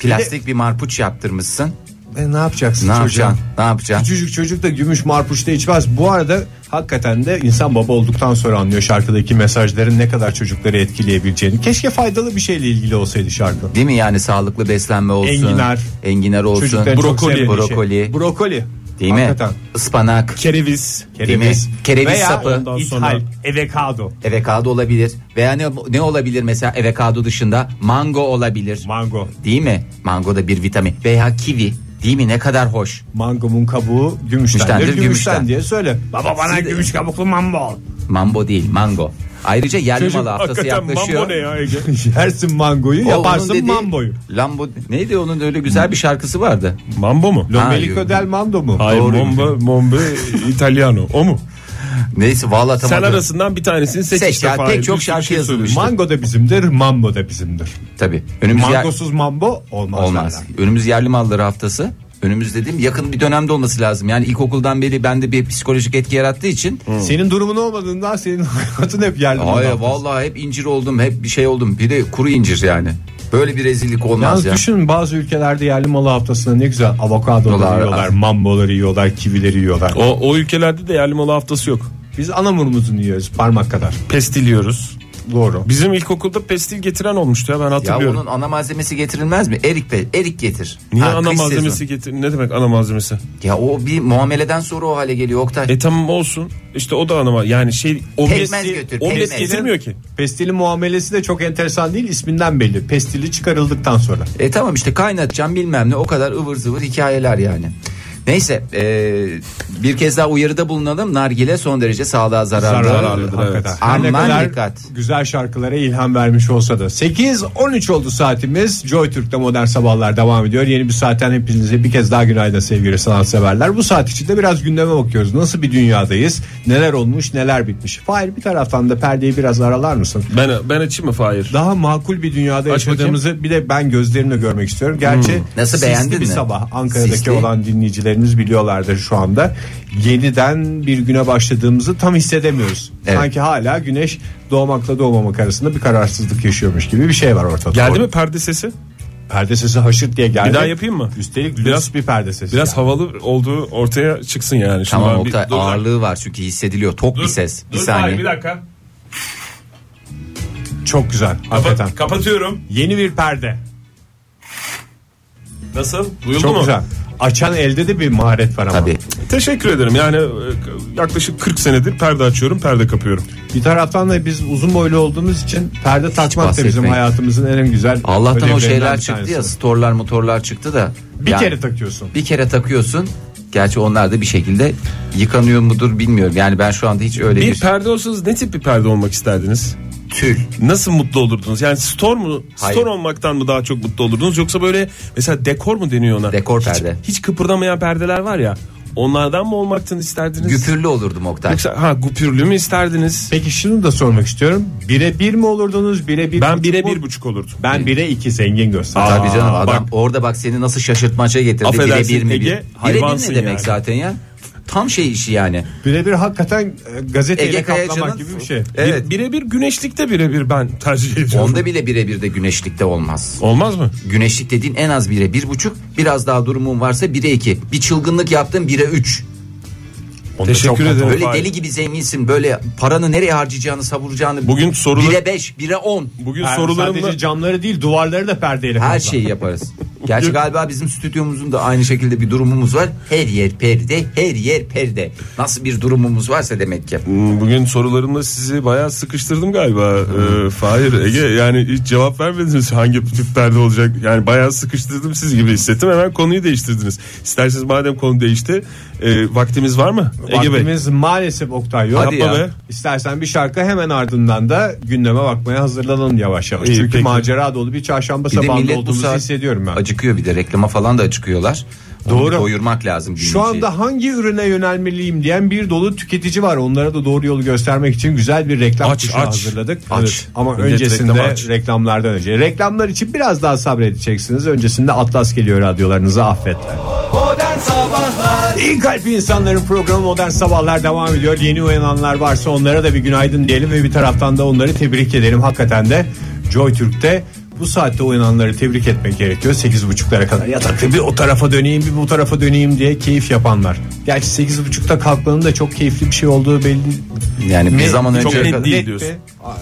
B: Plastik bir marpuç yaptırmışsın.
C: E, ne yapacaksın
B: Ne
C: çocuğa?
B: yapacaksın? Ne yapacaksın?
C: Küçücük çocuk da gümüş marpuçta içmez. Bu arada hakikaten de insan baba olduktan sonra anlıyor şarkıdaki mesajların ne kadar çocukları etkileyebileceğini. Keşke faydalı bir şeyle ilgili olsaydı şarkı.
B: Değil mi yani sağlıklı beslenme olsun.
C: Enginar.
B: Enginar olsun.
C: Çocukların çok
D: Brokoli.
C: sevdiği şey.
B: Brokoli.
C: Brokoli.
B: Değil mi?
C: Hakikaten.
B: Ispanak.
D: Kereviz.
B: Değil mi?
C: Kereviz.
B: Kereviz
C: Veya
B: sapı.
C: ondan ithal. Evekado.
B: Evekado olabilir. Veya ne, ne olabilir mesela evekado dışında? Mango olabilir.
C: Mango.
B: Değil mi? Mango da bir vitamin. Veya kivi. Değil mi? Ne kadar hoş.
C: Mangomun kabuğu gümüştendir.
B: Gümüştendir,
C: Gümüşten,
B: gümüşten.
C: diye söyle. Baba bana
B: Siz de-
C: gümüş kabuklu mambo.
B: Mambo değil mango. Ayrıca yerli
D: Çocuk
B: malı haftası
D: hakikaten
B: yaklaşıyor.
D: mambo ne ya Ege?
C: Yersin mangoyu
B: O
C: yaparsın
B: onun dediği-
C: mamboyu.
B: Lambo neydi onun öyle güzel bir şarkısı vardı.
D: Mambo mu?
C: Lombelico del mando mu?
D: Hayır
B: Doğru.
D: bomba, bomba italiano. O mu?
B: Neyse vallahi tam
D: Sen
B: adı-
D: arasından bir tanesini seç.
B: Seç
D: işte
B: ya,
D: Fahir.
B: pek
D: Bir
B: çok
D: sürü
B: şarkı
D: şey
B: yazılmış.
D: söylemiş.
C: Mango da bizimdir, mambo da bizimdir.
B: Tabii. Önümüz yer-
C: Mangosuz mambo olmaz.
B: olmaz.
C: derler.
B: Önümüz yerli malları haftası. Önümüz dediğim yakın bir dönemde olması lazım. Yani ilkokuldan beri bende bir psikolojik etki yarattığı için.
C: Senin durumun olmadığından senin <laughs> hayatın hep yerli.
B: Hayır
C: mambo.
B: vallahi hep incir oldum, hep bir şey oldum. Bir de kuru incir yani. Böyle bir rezillik olmaz
C: Yalnız
B: ya.
C: düşün bazı ülkelerde yerli malı haftasında ne güzel avokadoları
B: Dolar-
C: yiyorlar, mamboları yiyorlar, kivileri yiyorlar.
D: O, o ülkelerde de yerli malı haftası yok.
C: Biz anamurumuzu yiyoruz parmak kadar.
D: Pestiliyoruz.
C: Doğru.
D: Bizim ilkokulda pestil getiren olmuştu ya ben
B: Ya
D: hatırlıyorum.
B: onun ana malzemesi getirilmez mi? Erik be, erik getir.
D: Niye
B: Ha,
D: ana
B: kış
D: malzemesi
B: sezonu.
D: getir? Ne demek ana malzemesi?
B: Ya o bir muameleden sonra o hale geliyor Oktay.
D: E tamam olsun. İşte o da ana mal- Yani şey o
B: Pekmez
D: pestil-
B: götür,
D: o
B: pekmez.
D: pestil getirmiyor ki.
C: Pestili muamelesi de çok enteresan değil isminden belli. Pestili çıkarıldıktan sonra.
B: E tamam işte kaynatacağım bilmem ne o kadar ıvır zıvır hikayeler yani. Neyse e, bir kez daha uyarıda bulunalım. Nargile son derece sağlığa zararlı.
D: Zararlıdır, evet.
C: hakikaten. Her ne
B: Aman
C: kadar
B: dikkat.
C: güzel şarkılara ilham vermiş olsa da. 8-13 oldu saatimiz. Joy Türk'te modern sabahlar devam ediyor. Yeni bir saatten hepinize bir kez daha günaydın sevgili sanatseverler. Bu saat içinde biraz gündeme bakıyoruz. Nasıl bir dünyadayız? Neler olmuş neler bitmiş? Fahir bir taraftan da perdeyi biraz aralar mısın?
D: Ben, ben açayım mı Fahir?
C: Daha makul bir dünyada
D: Aç Hmm.
C: yaşadığımızı bir de ben gözlerimle görmek istiyorum. Gerçi
B: Nasıl,
C: sisli
B: beğendin
C: bir
B: mi?
C: sabah Ankara'daki
B: Sisli.
C: olan dinleyicilerimiz biliyorlardır şu anda. Yeniden bir güne başladığımızı tam hissedemiyoruz.
B: Evet.
C: Sanki hala güneş doğmakla doğmamak arasında bir kararsızlık yaşıyormuş gibi bir şey var ortada.
D: Geldi
C: Doğru.
D: mi perde sesi?
C: Perde sesi haşırt diye geldi.
D: Bir daha yapayım mı?
C: Üstelik biraz
D: Biraz-
C: bir perde sesi.
D: Biraz
C: geldi.
D: havalı olduğu ortaya çıksın yani. Şimdi
B: Tamam
D: ben bir-
B: Oktay
D: dur,
B: ağırlığı var çünkü hissediliyor. Tok bir ses. Bir
D: dur Fahir,
B: saniye.
D: bir dakika.
C: çok güzel. Hakikaten.
D: Kapat- kapatıyorum.
C: Yeni bir perde.
D: Nasıl? Duyuldu
C: Çok
D: mu?
C: güzel. Açan elde de bir maharet var ama.
B: Tabii.
D: Teşekkür ederim. Yani e, yaklaşık 40 senedir perde açıyorum, perde kapıyorum.
C: Bir taraftan da biz uzun boylu olduğumuz için perde takmak da
B: bahsetmeyin.
C: bizim hayatımızın en güzel
B: Allah'tan o
C: ödevlerinden
B: şeyler
C: bir
B: çıktı
C: tanesi.
B: ya storlar motorlar çıktı da.
C: Bir
B: Yani
C: kere takıyorsun.
B: Bir kere takıyorsun. Gerçi onlar da bir şekilde yıkanıyor mudur bilmiyorum. Yani ben şu anda hiç öyle bir,
D: Bir perde olsanız ne tip bir perde olmak isterdiniz?
B: tül.
D: Nasıl mutlu olurdunuz? Yani store mu?
B: Hayır.
D: Store olmaktan mı daha çok mutlu olurdunuz yoksa böyle mesela dekor mu deniyor ona?
B: Dekor
D: hiç,
B: perde.
D: Hiç kıpırdamayan perdeler var ya. Onlardan mı olmaktan isterdiniz?
B: Güpürlü olurdum Oktay.
D: Yoksa ha güpürlü mü isterdiniz?
C: Peki şunu da sormak istiyorum. Bire bir mi olurdunuz? Bire bir
D: Ben
C: buçuk
D: bire
C: mu?
D: bir buçuk olurdum.
C: Ben bire iki zengin gösterdim.
B: Tabii canım
D: Aa,
B: adam
D: bak.
B: orada bak seni nasıl şaşırtmaca getirdi.
D: Affedersin
B: Birebir mi?
D: Ege,
B: bir- Birebir
D: hayvansın
B: ne demek
D: yani.
B: zaten ya? Tam şey işi yani.
C: Bire bir hakikaten e, gazeteyle
B: Ege
C: kaplamak
B: Kayacan'ın
C: gibi bir şey.
B: Evet.
D: Birebir güneşlikte birebir ben tercih ediyorum.
B: Onda bile birebir de güneşlikte olmaz.
D: Olmaz mı?
B: Güneşlik dediğin en az bire bir buçuk biraz daha durumun varsa bire iki. Bir çılgınlık yaptın bire üç.
D: Onda Teşekkür
C: çok
D: ederim.
B: Böyle
D: Fahir.
B: deli gibi zenginsin böyle paranı nereye harcayacağını savuracağını.
D: Bugün sorular-
B: Bire beş bire on.
D: Bugün
C: Yani
D: sorularımla
C: Sadece camları değil duvarları da perdeyle
B: Her şey-
C: kaplar.
B: şeyi yaparız. Gerçi galiba bizim stüdyomuzun da aynı şekilde bir durumumuz var. Her yer perde, her yer perde. Nasıl bir durumumuz varsa demek ki.
D: Hmm, Bugün sorularımla sizi bayağı sıkıştırdım galiba. Ee, Fahir, Ege yani hiç cevap vermediniz hangi tip perde olacak. Yani bayağı sıkıştırdım siz gibi hissettim. Hemen konuyu değiştirdiniz. İsterseniz madem konu değişti, e, vaktimiz var mı? Ege Bey.
C: Vaktimiz maalesef Oktay yok.
B: Hadi
D: Yapma
B: ya.
D: be.
C: İstersen bir şarkı hemen ardından da gündeme bakmaya hazırlanalım yavaş yavaş.
D: İyi,
C: Çünkü
D: peki.
C: macera dolu bir çarşamba
B: Bir de
C: sabahında
B: millet bu
C: olduğumuzu
B: saat
C: hissediyorum ben.
B: acıkıyor bir de reklama falan da acıkıyorlar. Onu
C: Doğru.
B: bir Doyurmak lazım.
C: Şu
B: dinleyiciyi.
C: anda hangi ürüne yönelmeliyim diyen bir dolu tüketici var. Onlara da doğru yolu göstermek için güzel bir reklam
D: Aç,
C: kuşu
D: aç.
C: hazırladık.
B: Aç.
C: Ama
D: Millet
C: öncesinde
D: reklamı aç.
C: reklamlardan önce. Reklamlar için biraz daha sabredeceksiniz. Öncesinde Atlas geliyor radyolarınıza affetler. İyi kalp insanların programı Modern Sabahlar devam ediyor. Yeni uyananlar varsa onlara da bir günaydın diyelim ve bir taraftan da onları tebrik edelim. Hakikaten de Joy Türk'te bu saatte uyananları tebrik etmek gerekiyor. 8.30'lara kadar yatakta bir o tarafa döneyim bir bu tarafa döneyim diye keyif yapanlar. Gerçi 8.30'da kalkmanın da çok keyifli bir şey olduğu belli.
B: Yani bir
C: Net- şey
B: zaman
C: çok
B: önceye
C: net
B: kadar-
D: şey değil
C: be.
D: diyorsun.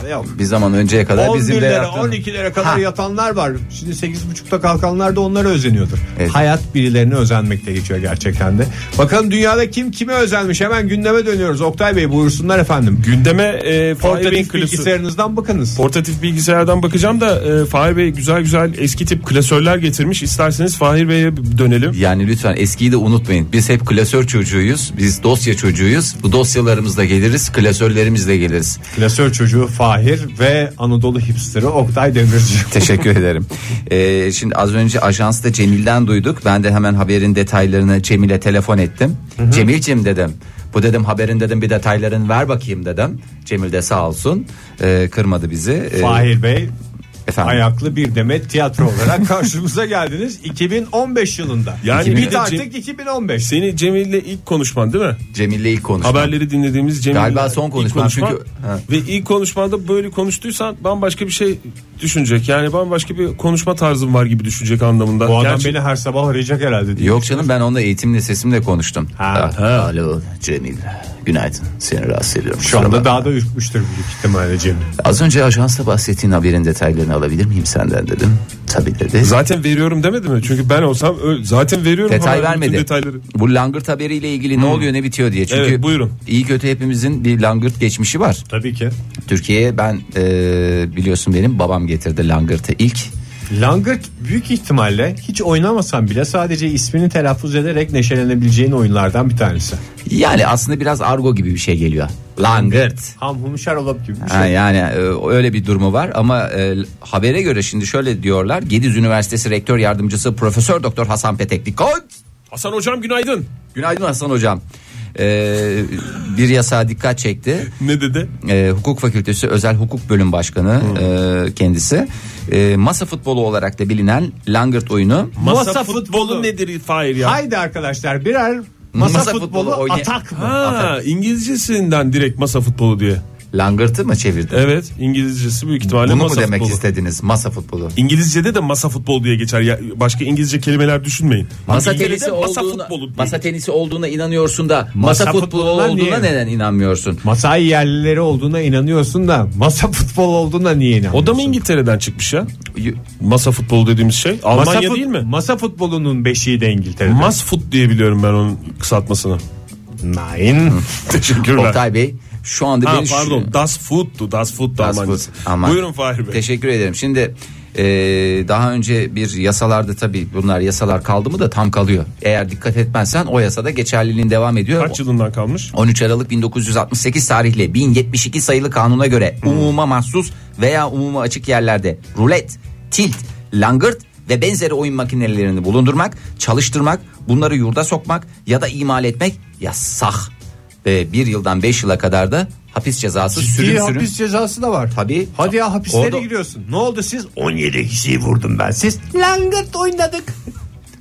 C: Aa, Yok.
B: bir zaman önceye kadar bizim de
C: 11'lere
B: yaptığımız.
C: 12'lere kadar
B: Ha.
C: yatanlar var. Şimdi 8.30'da kalkanlar da onlara özeniyordur.
B: Evet.
C: Hayat birilerine özenmekte geçiyor gerçekten de. Bakalım dünyada kim kime özenmiş hemen gündeme dönüyoruz. Oktay Bey buyursunlar efendim.
D: Gündeme e, Fahir Bey'in
C: Portatif
D: klasörü.
C: bilgisayarınızdan bakınız.
D: Portatif bilgisayardan bakacağım da e, Fahir Bey güzel güzel eski tip klasörler getirmiş. İsterseniz Fahir Bey'e dönelim.
B: Yani lütfen eskiyi de unutmayın. Biz hep klasör çocuğuyuz. Biz dosya çocuğuyuz. Bu dosyalarımızla geliriz, klasörlerimizle geliriz.
C: Klasör çocuğu Fahir ve Anadolu hipsterı Oktay Demirci.
B: Teşekkür <laughs> ederim. Ee, şimdi az önce ajansta Cemil'den duyduk. Ben de hemen haberin detaylarını Cemil'e telefon ettim. Cemil'cim dedim. Bu dedim haberin dedim bir detaylarını ver bakayım dedim. Cemil de sağ olsun ee, kırmadı bizi. Ee,
C: Fahir Bey
B: efendim.
C: ayaklı bir demet tiyatro olarak karşımıza
B: <laughs>
C: geldiniz 2015 yılında.
D: Yani
C: Yani
D: bir
C: bit
D: de
C: artık 2015.
D: Seni Cemil'le ilk konuşman değil mi?
B: Cemil'le ilk konuşmam.
D: Haberleri dinlediğimiz Cemil'le
B: Galiba son
D: ilk
B: konuşmam çünkü- Ha.
D: Ve ilk konuşmanda böyle konuştuysan bambaşka bir şey düşünecek. Yani bambaşka bir konuşma tarzın var gibi düşünecek anlamında.
C: Bu adam
D: Gerçi-
C: beni her sabah arayacak herhalde. diye.
B: Yok canım ben onunla eğitim sesimle konuştum.
C: Ha,
B: Ah, Alo Cemil. Günaydın. Seni rahatsız ediyorum.
C: Şu
B: Kusura
C: anda
B: bakma.
C: daha da ürkmüştür büyük ihtimalle Cemil.
B: Az önce ajansta bahsettiğin haberin detaylarını alabilir miyim senden dedim. Tabii dedi.
D: Zaten veriyorum demedi mi? Çünkü ben olsam öyle- zaten veriyorum. haberin
B: Detay
D: bütün
B: vermedi.
D: Detayları. Hmm.
B: Bu langırt haberiyle ilgili ne oluyor ne bitiyor diye. Çünkü
D: Evet, buyurun.
B: iyi kötü hepimizin bir langırt geçmişi var.
C: Tabii ki.
B: Türkiye'ye ben e, biliyorsun benim babam getirdi langırtı ilk.
C: Langırt büyük ihtimalle hiç oynamasan bile sadece ismini telaffuz ederek neşelenebileceğin oyunlardan bir tanesi.
B: Yani aslında biraz argo gibi bir şey geliyor. Langırt.
C: Ham hum şarolap gibi bir şey.
B: Ha, yani e, öyle bir durumu var ama e, habere göre şimdi şöyle diyorlar. Gediz Üniversitesi Rektör Yardımcısı Profesör Doktor Hasan Peteklikot
D: Hasan hocam günaydın.
B: Günaydın Hasan Hocam. E, bir yasağa dikkat çekti.
D: Ne dedi?
B: E, hukuk Fakültesi Özel Hukuk Bölüm Başkanı e, kendisi. E, masa futbolu olarak da bilinen langırt oyunu.
C: Masa futbolu.
D: nedir Fahir ya?
C: Haydi arkadaşlar birer masa,
B: Masa
C: futbolu,
B: futbolu oyna-
C: atak mı?
D: Ha, İngilizcesinden direkt masa futbolu diye.
B: Langırtı mı çevirdi?
D: Evet İngilizcesi büyük ihtimalle
B: Bunu mu
D: masa
B: demek
D: futbolu.
B: istediniz? Masa futbolu.
D: İngilizce'de de masa futbolu diye geçer. Ya, başka İngilizce kelimeler düşünmeyin.
B: Masa
D: İngilizce'de
B: tenisi
D: masa
B: olduğuna,
D: futbolu diye.
B: masa tenisi olduğuna inanıyorsun da masa,
C: Masa
B: futbolu
C: futboluna
B: olduğuna
C: niye?
B: neden inanmıyorsun?
C: Masai yerlileri olduğuna inanıyorsun da masa futbolu olduğuna niye inanmıyorsun?
D: O da mı İngiltere'den çıkmış ya?
B: Y-
D: Masa futbolu dediğimiz şey.
C: Masa
D: Almanya
C: fut-
D: değil mi?
C: Masa futbolunun beşiği de İngiltere'de.
D: Mas fut diye biliyorum ben onun kısaltmasını.
C: Nein.
D: Teşekkürler.
B: Oktay Bey şu anda
D: Ha,
B: beni şu-
D: pardon Das Food'tu Das Food da
B: Das
D: Almancası.
B: Food, Alman.
D: Buyurun Fahir Bey.
B: Teşekkür ederim. Şimdi e, daha önce bir yasalarda tabii bunlar yasalar kaldı mı da tam kalıyor. Eğer dikkat etmezsen o yasada geçerliliğin devam ediyor.
D: Kaç yılından kalmış?
B: 13 Aralık 1968 tarihli 1072 sayılı kanuna göre
C: Hmm.
B: umuma mahsus veya umuma açık yerlerde rulet, tilt, langırt ve benzeri oyun makinelerini bulundurmak, çalıştırmak, bunları yurda sokmak ya da imal etmek yasak. Ve bir yıldan 5 yıla kadar da hapis cezası sürüm
C: İyi
B: sürüm.
C: hapis cezası da var.
B: Tabii.
C: Hadi ya hapislere
B: Orada-
C: giriyorsun. Ne oldu siz? 17 kişiyi vurdum ben. Siz langırt oynadık.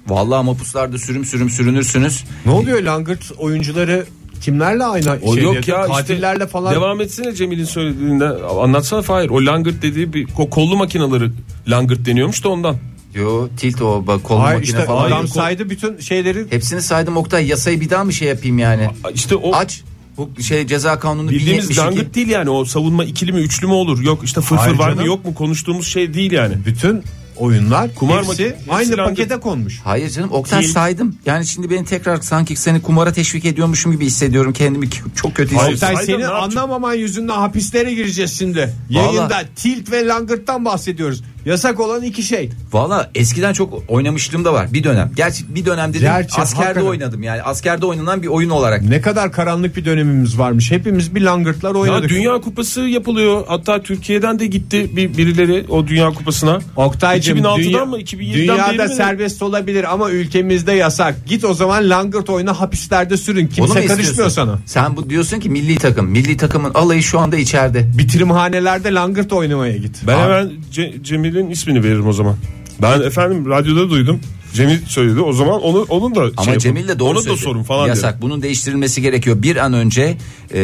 B: Vallahi mapuslarda sürüm sürüm sürünürsünüz.
C: Ne oluyor langırt oyuncuları kimlerle aynı
D: O
C: şey
D: yok ya
C: katillerle
D: işte
C: falan
D: devam etsene Cemil'in söylediğinde anlatsana Fahir o langırt dediği bir ko- kollu makinaları langırt deniyormuş da ondan.
B: Yo tilt o bak kol
C: Hayır
B: makine
C: işte
B: falan.
C: adam
B: yok.
C: saydı bütün şeyleri
B: Hepsini saydım Oktay yasayı bir daha mı şey yapayım yani?
D: İşte o
B: Aç. Bu şey ceza kanunu
D: bildiğimiz
B: 1072.
D: langırt değil yani o savunma ikili mi üçlü mü olur yok işte fırfır
C: Hayır
D: var mı
C: canım.
D: yok mu konuştuğumuz şey değil yani.
C: bütün oyunlar
D: Kumar
C: kumar hepsi
D: makinesi,
C: aynı
D: langırt.
C: pakete konmuş.
B: Hayır canım Oktay
D: Değil.
B: saydım. Yani şimdi beni tekrar sanki seni kumara teşvik ediyormuşum gibi hissediyorum. Kendimi ki- çok kötü
D: Hayır,
B: hissediyorum.
C: Sen
D: saydın, ne
C: senin
D: yapacak?
C: anlamaman yüzünden hapislere gireceğiz şimdi. Yayında
B: Vallahi.
C: tilt ve langırttan bahsediyoruz. Yasak olan iki şey.
B: Valla eskiden çok oynamışlığım da var bir dönem. Gerçi bir dönem dedim
C: Gerçi,
B: askerde
C: hakikaten.
B: oynadım yani askerde oynanan bir oyun olarak.
C: Ne kadar karanlık bir dönemimiz varmış. Hepimiz bir langırtlar
D: Ya
C: oynadık.
D: Dünya Kupası yapılıyor. Hatta Türkiye'den de gitti bir birileri o Dünya Kupası'na.
C: Oktay'cım
D: 2006'dan
C: dünya-
D: mı 2007'den
C: dünyada
D: beri mi?
C: serbest olabilir ama ülkemizde yasak. Git o zaman langırt oyna hapislerde sürün.
B: Onu mu
C: Kimse karışmıyor
B: istiyorsun?
C: sana.
B: Sen bu diyorsun ki milli takım. Milli takımın alayı şu anda
C: Şey
B: içeride.
C: Bitirimhanelerde langırt oynamaya git.
D: Ben hemen Ce- Cemil'in ismini veririm o zaman. Ben efendim radyoda duydum. Cemil söyledi. O zaman onu onun da şey
B: Ama
D: yapın.
B: Cemil de doğru
D: Ona da
B: söylüyor.
D: sorun falan
B: Yasak.
D: diyor.
B: Bunun değiştirilmesi gerekiyor. Bir an önce e,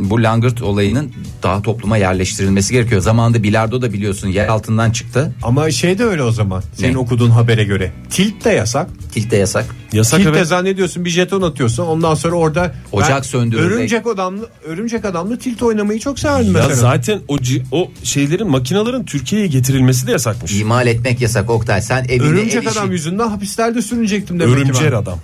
B: bu langırt olayının daha topluma yerleştirilmesi gerekiyor. Zamanında bilardo da biliyorsun yer altından çıktı.
C: Ama şey de öyle o zaman. Senin
B: Ne?
C: okuduğun habere göre. Tilt de yasak.
B: Tilt de yasak.
D: Yasak
C: Tilt de
D: evet.
C: zannediyorsun bir jeton atıyorsun. Ondan sonra orada
B: Ocak
C: Ben
B: söndürerek.
C: Örümcek adamlı örümcek adamlı tilt oynamayı çok severdim
D: Ya
C: mesela.
D: zaten o ci- o şeylerin makinaların Türkiye'ye getirilmesi de yasakmış.
B: İmal etmek yasak Oktay. Sen evinde
C: Örümcek
B: el işi-
C: adam yüzünden hapislerde sürünecektim demek ki ben.
D: Örümcer adam.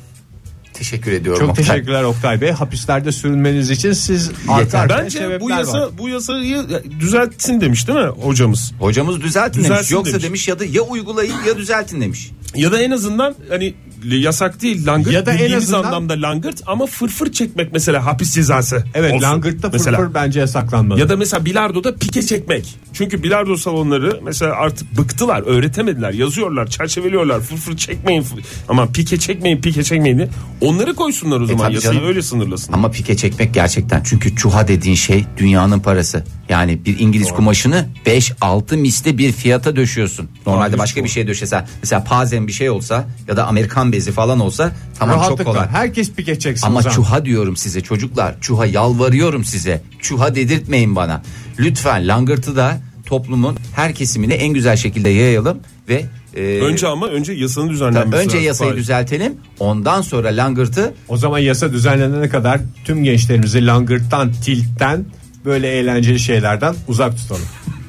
B: Teşekkür ediyorum
C: Çok
B: Oktay.
C: teşekkürler Oktay Bey. Hapislerde sürünmeniz için siz arka arkaya
D: Bence
C: sebepler
D: bu yasa
C: var.
D: bu yasayı düzeltsin demiş değil mi hocamız?
B: Hocamız düzeltin, demiş.
D: Düzelsin
B: Yoksa
D: demiş.
B: demiş. ya da ya uygulayın ya düzeltin demiş.
D: Ya da en azından hani yasak değil langırt.
C: Ya da en
D: bildiğimiz
C: azından-
D: anlamda langırt ama fırfır çekmek mesela hapis cezası.
C: Evet
D: olsun.
C: langırtta fırfır
D: Mesela.
C: bence yasaklanmalı.
D: Ya da mesela bilardoda pike çekmek. Çünkü bilardo salonları mesela artık bıktılar, öğretemediler. Yazıyorlar, çerçeveliyorlar. Fırfır çekmeyin. fır- Ama pike çekmeyin, pike çekmeyin diye. Onları koysunlar o zaman
B: tabii
D: yasayı
B: canım.
D: öyle sınırlasın.
B: Ama pike çekmek gerçekten çünkü çuha dediğin şey dünyanın parası. Yani bir İngiliz kumaşını 5-6 misli bir fiyata döşüyorsun. Normalde
D: Abi,
B: başka
D: doğru.
B: bir şey döşesen mesela pazen bir şey olsa ya da Amerikan bezi falan olsa tamam
C: Rahatlıkla.
B: çok kolay.
C: Herkes pike çeksin. o
B: Ama
C: zaman.
B: çuha diyorum size çocuklar çuha yalvarıyorum size çuha dedirtmeyin bana. Lütfen langırtı da toplumun her kesimine en güzel şekilde yayalım ve e,
D: önce ama önce yasanın düzenlenmesi.
B: Tabii önce
D: lazım.
B: yasayı
D: Hayır.
B: düzeltelim. Ondan sonra langırtı
C: O zaman yasa düzenlenene kadar tüm gençlerimizi langırttan, tiltten böyle eğlenceli şeylerden uzak
D: <laughs>
C: tutalım.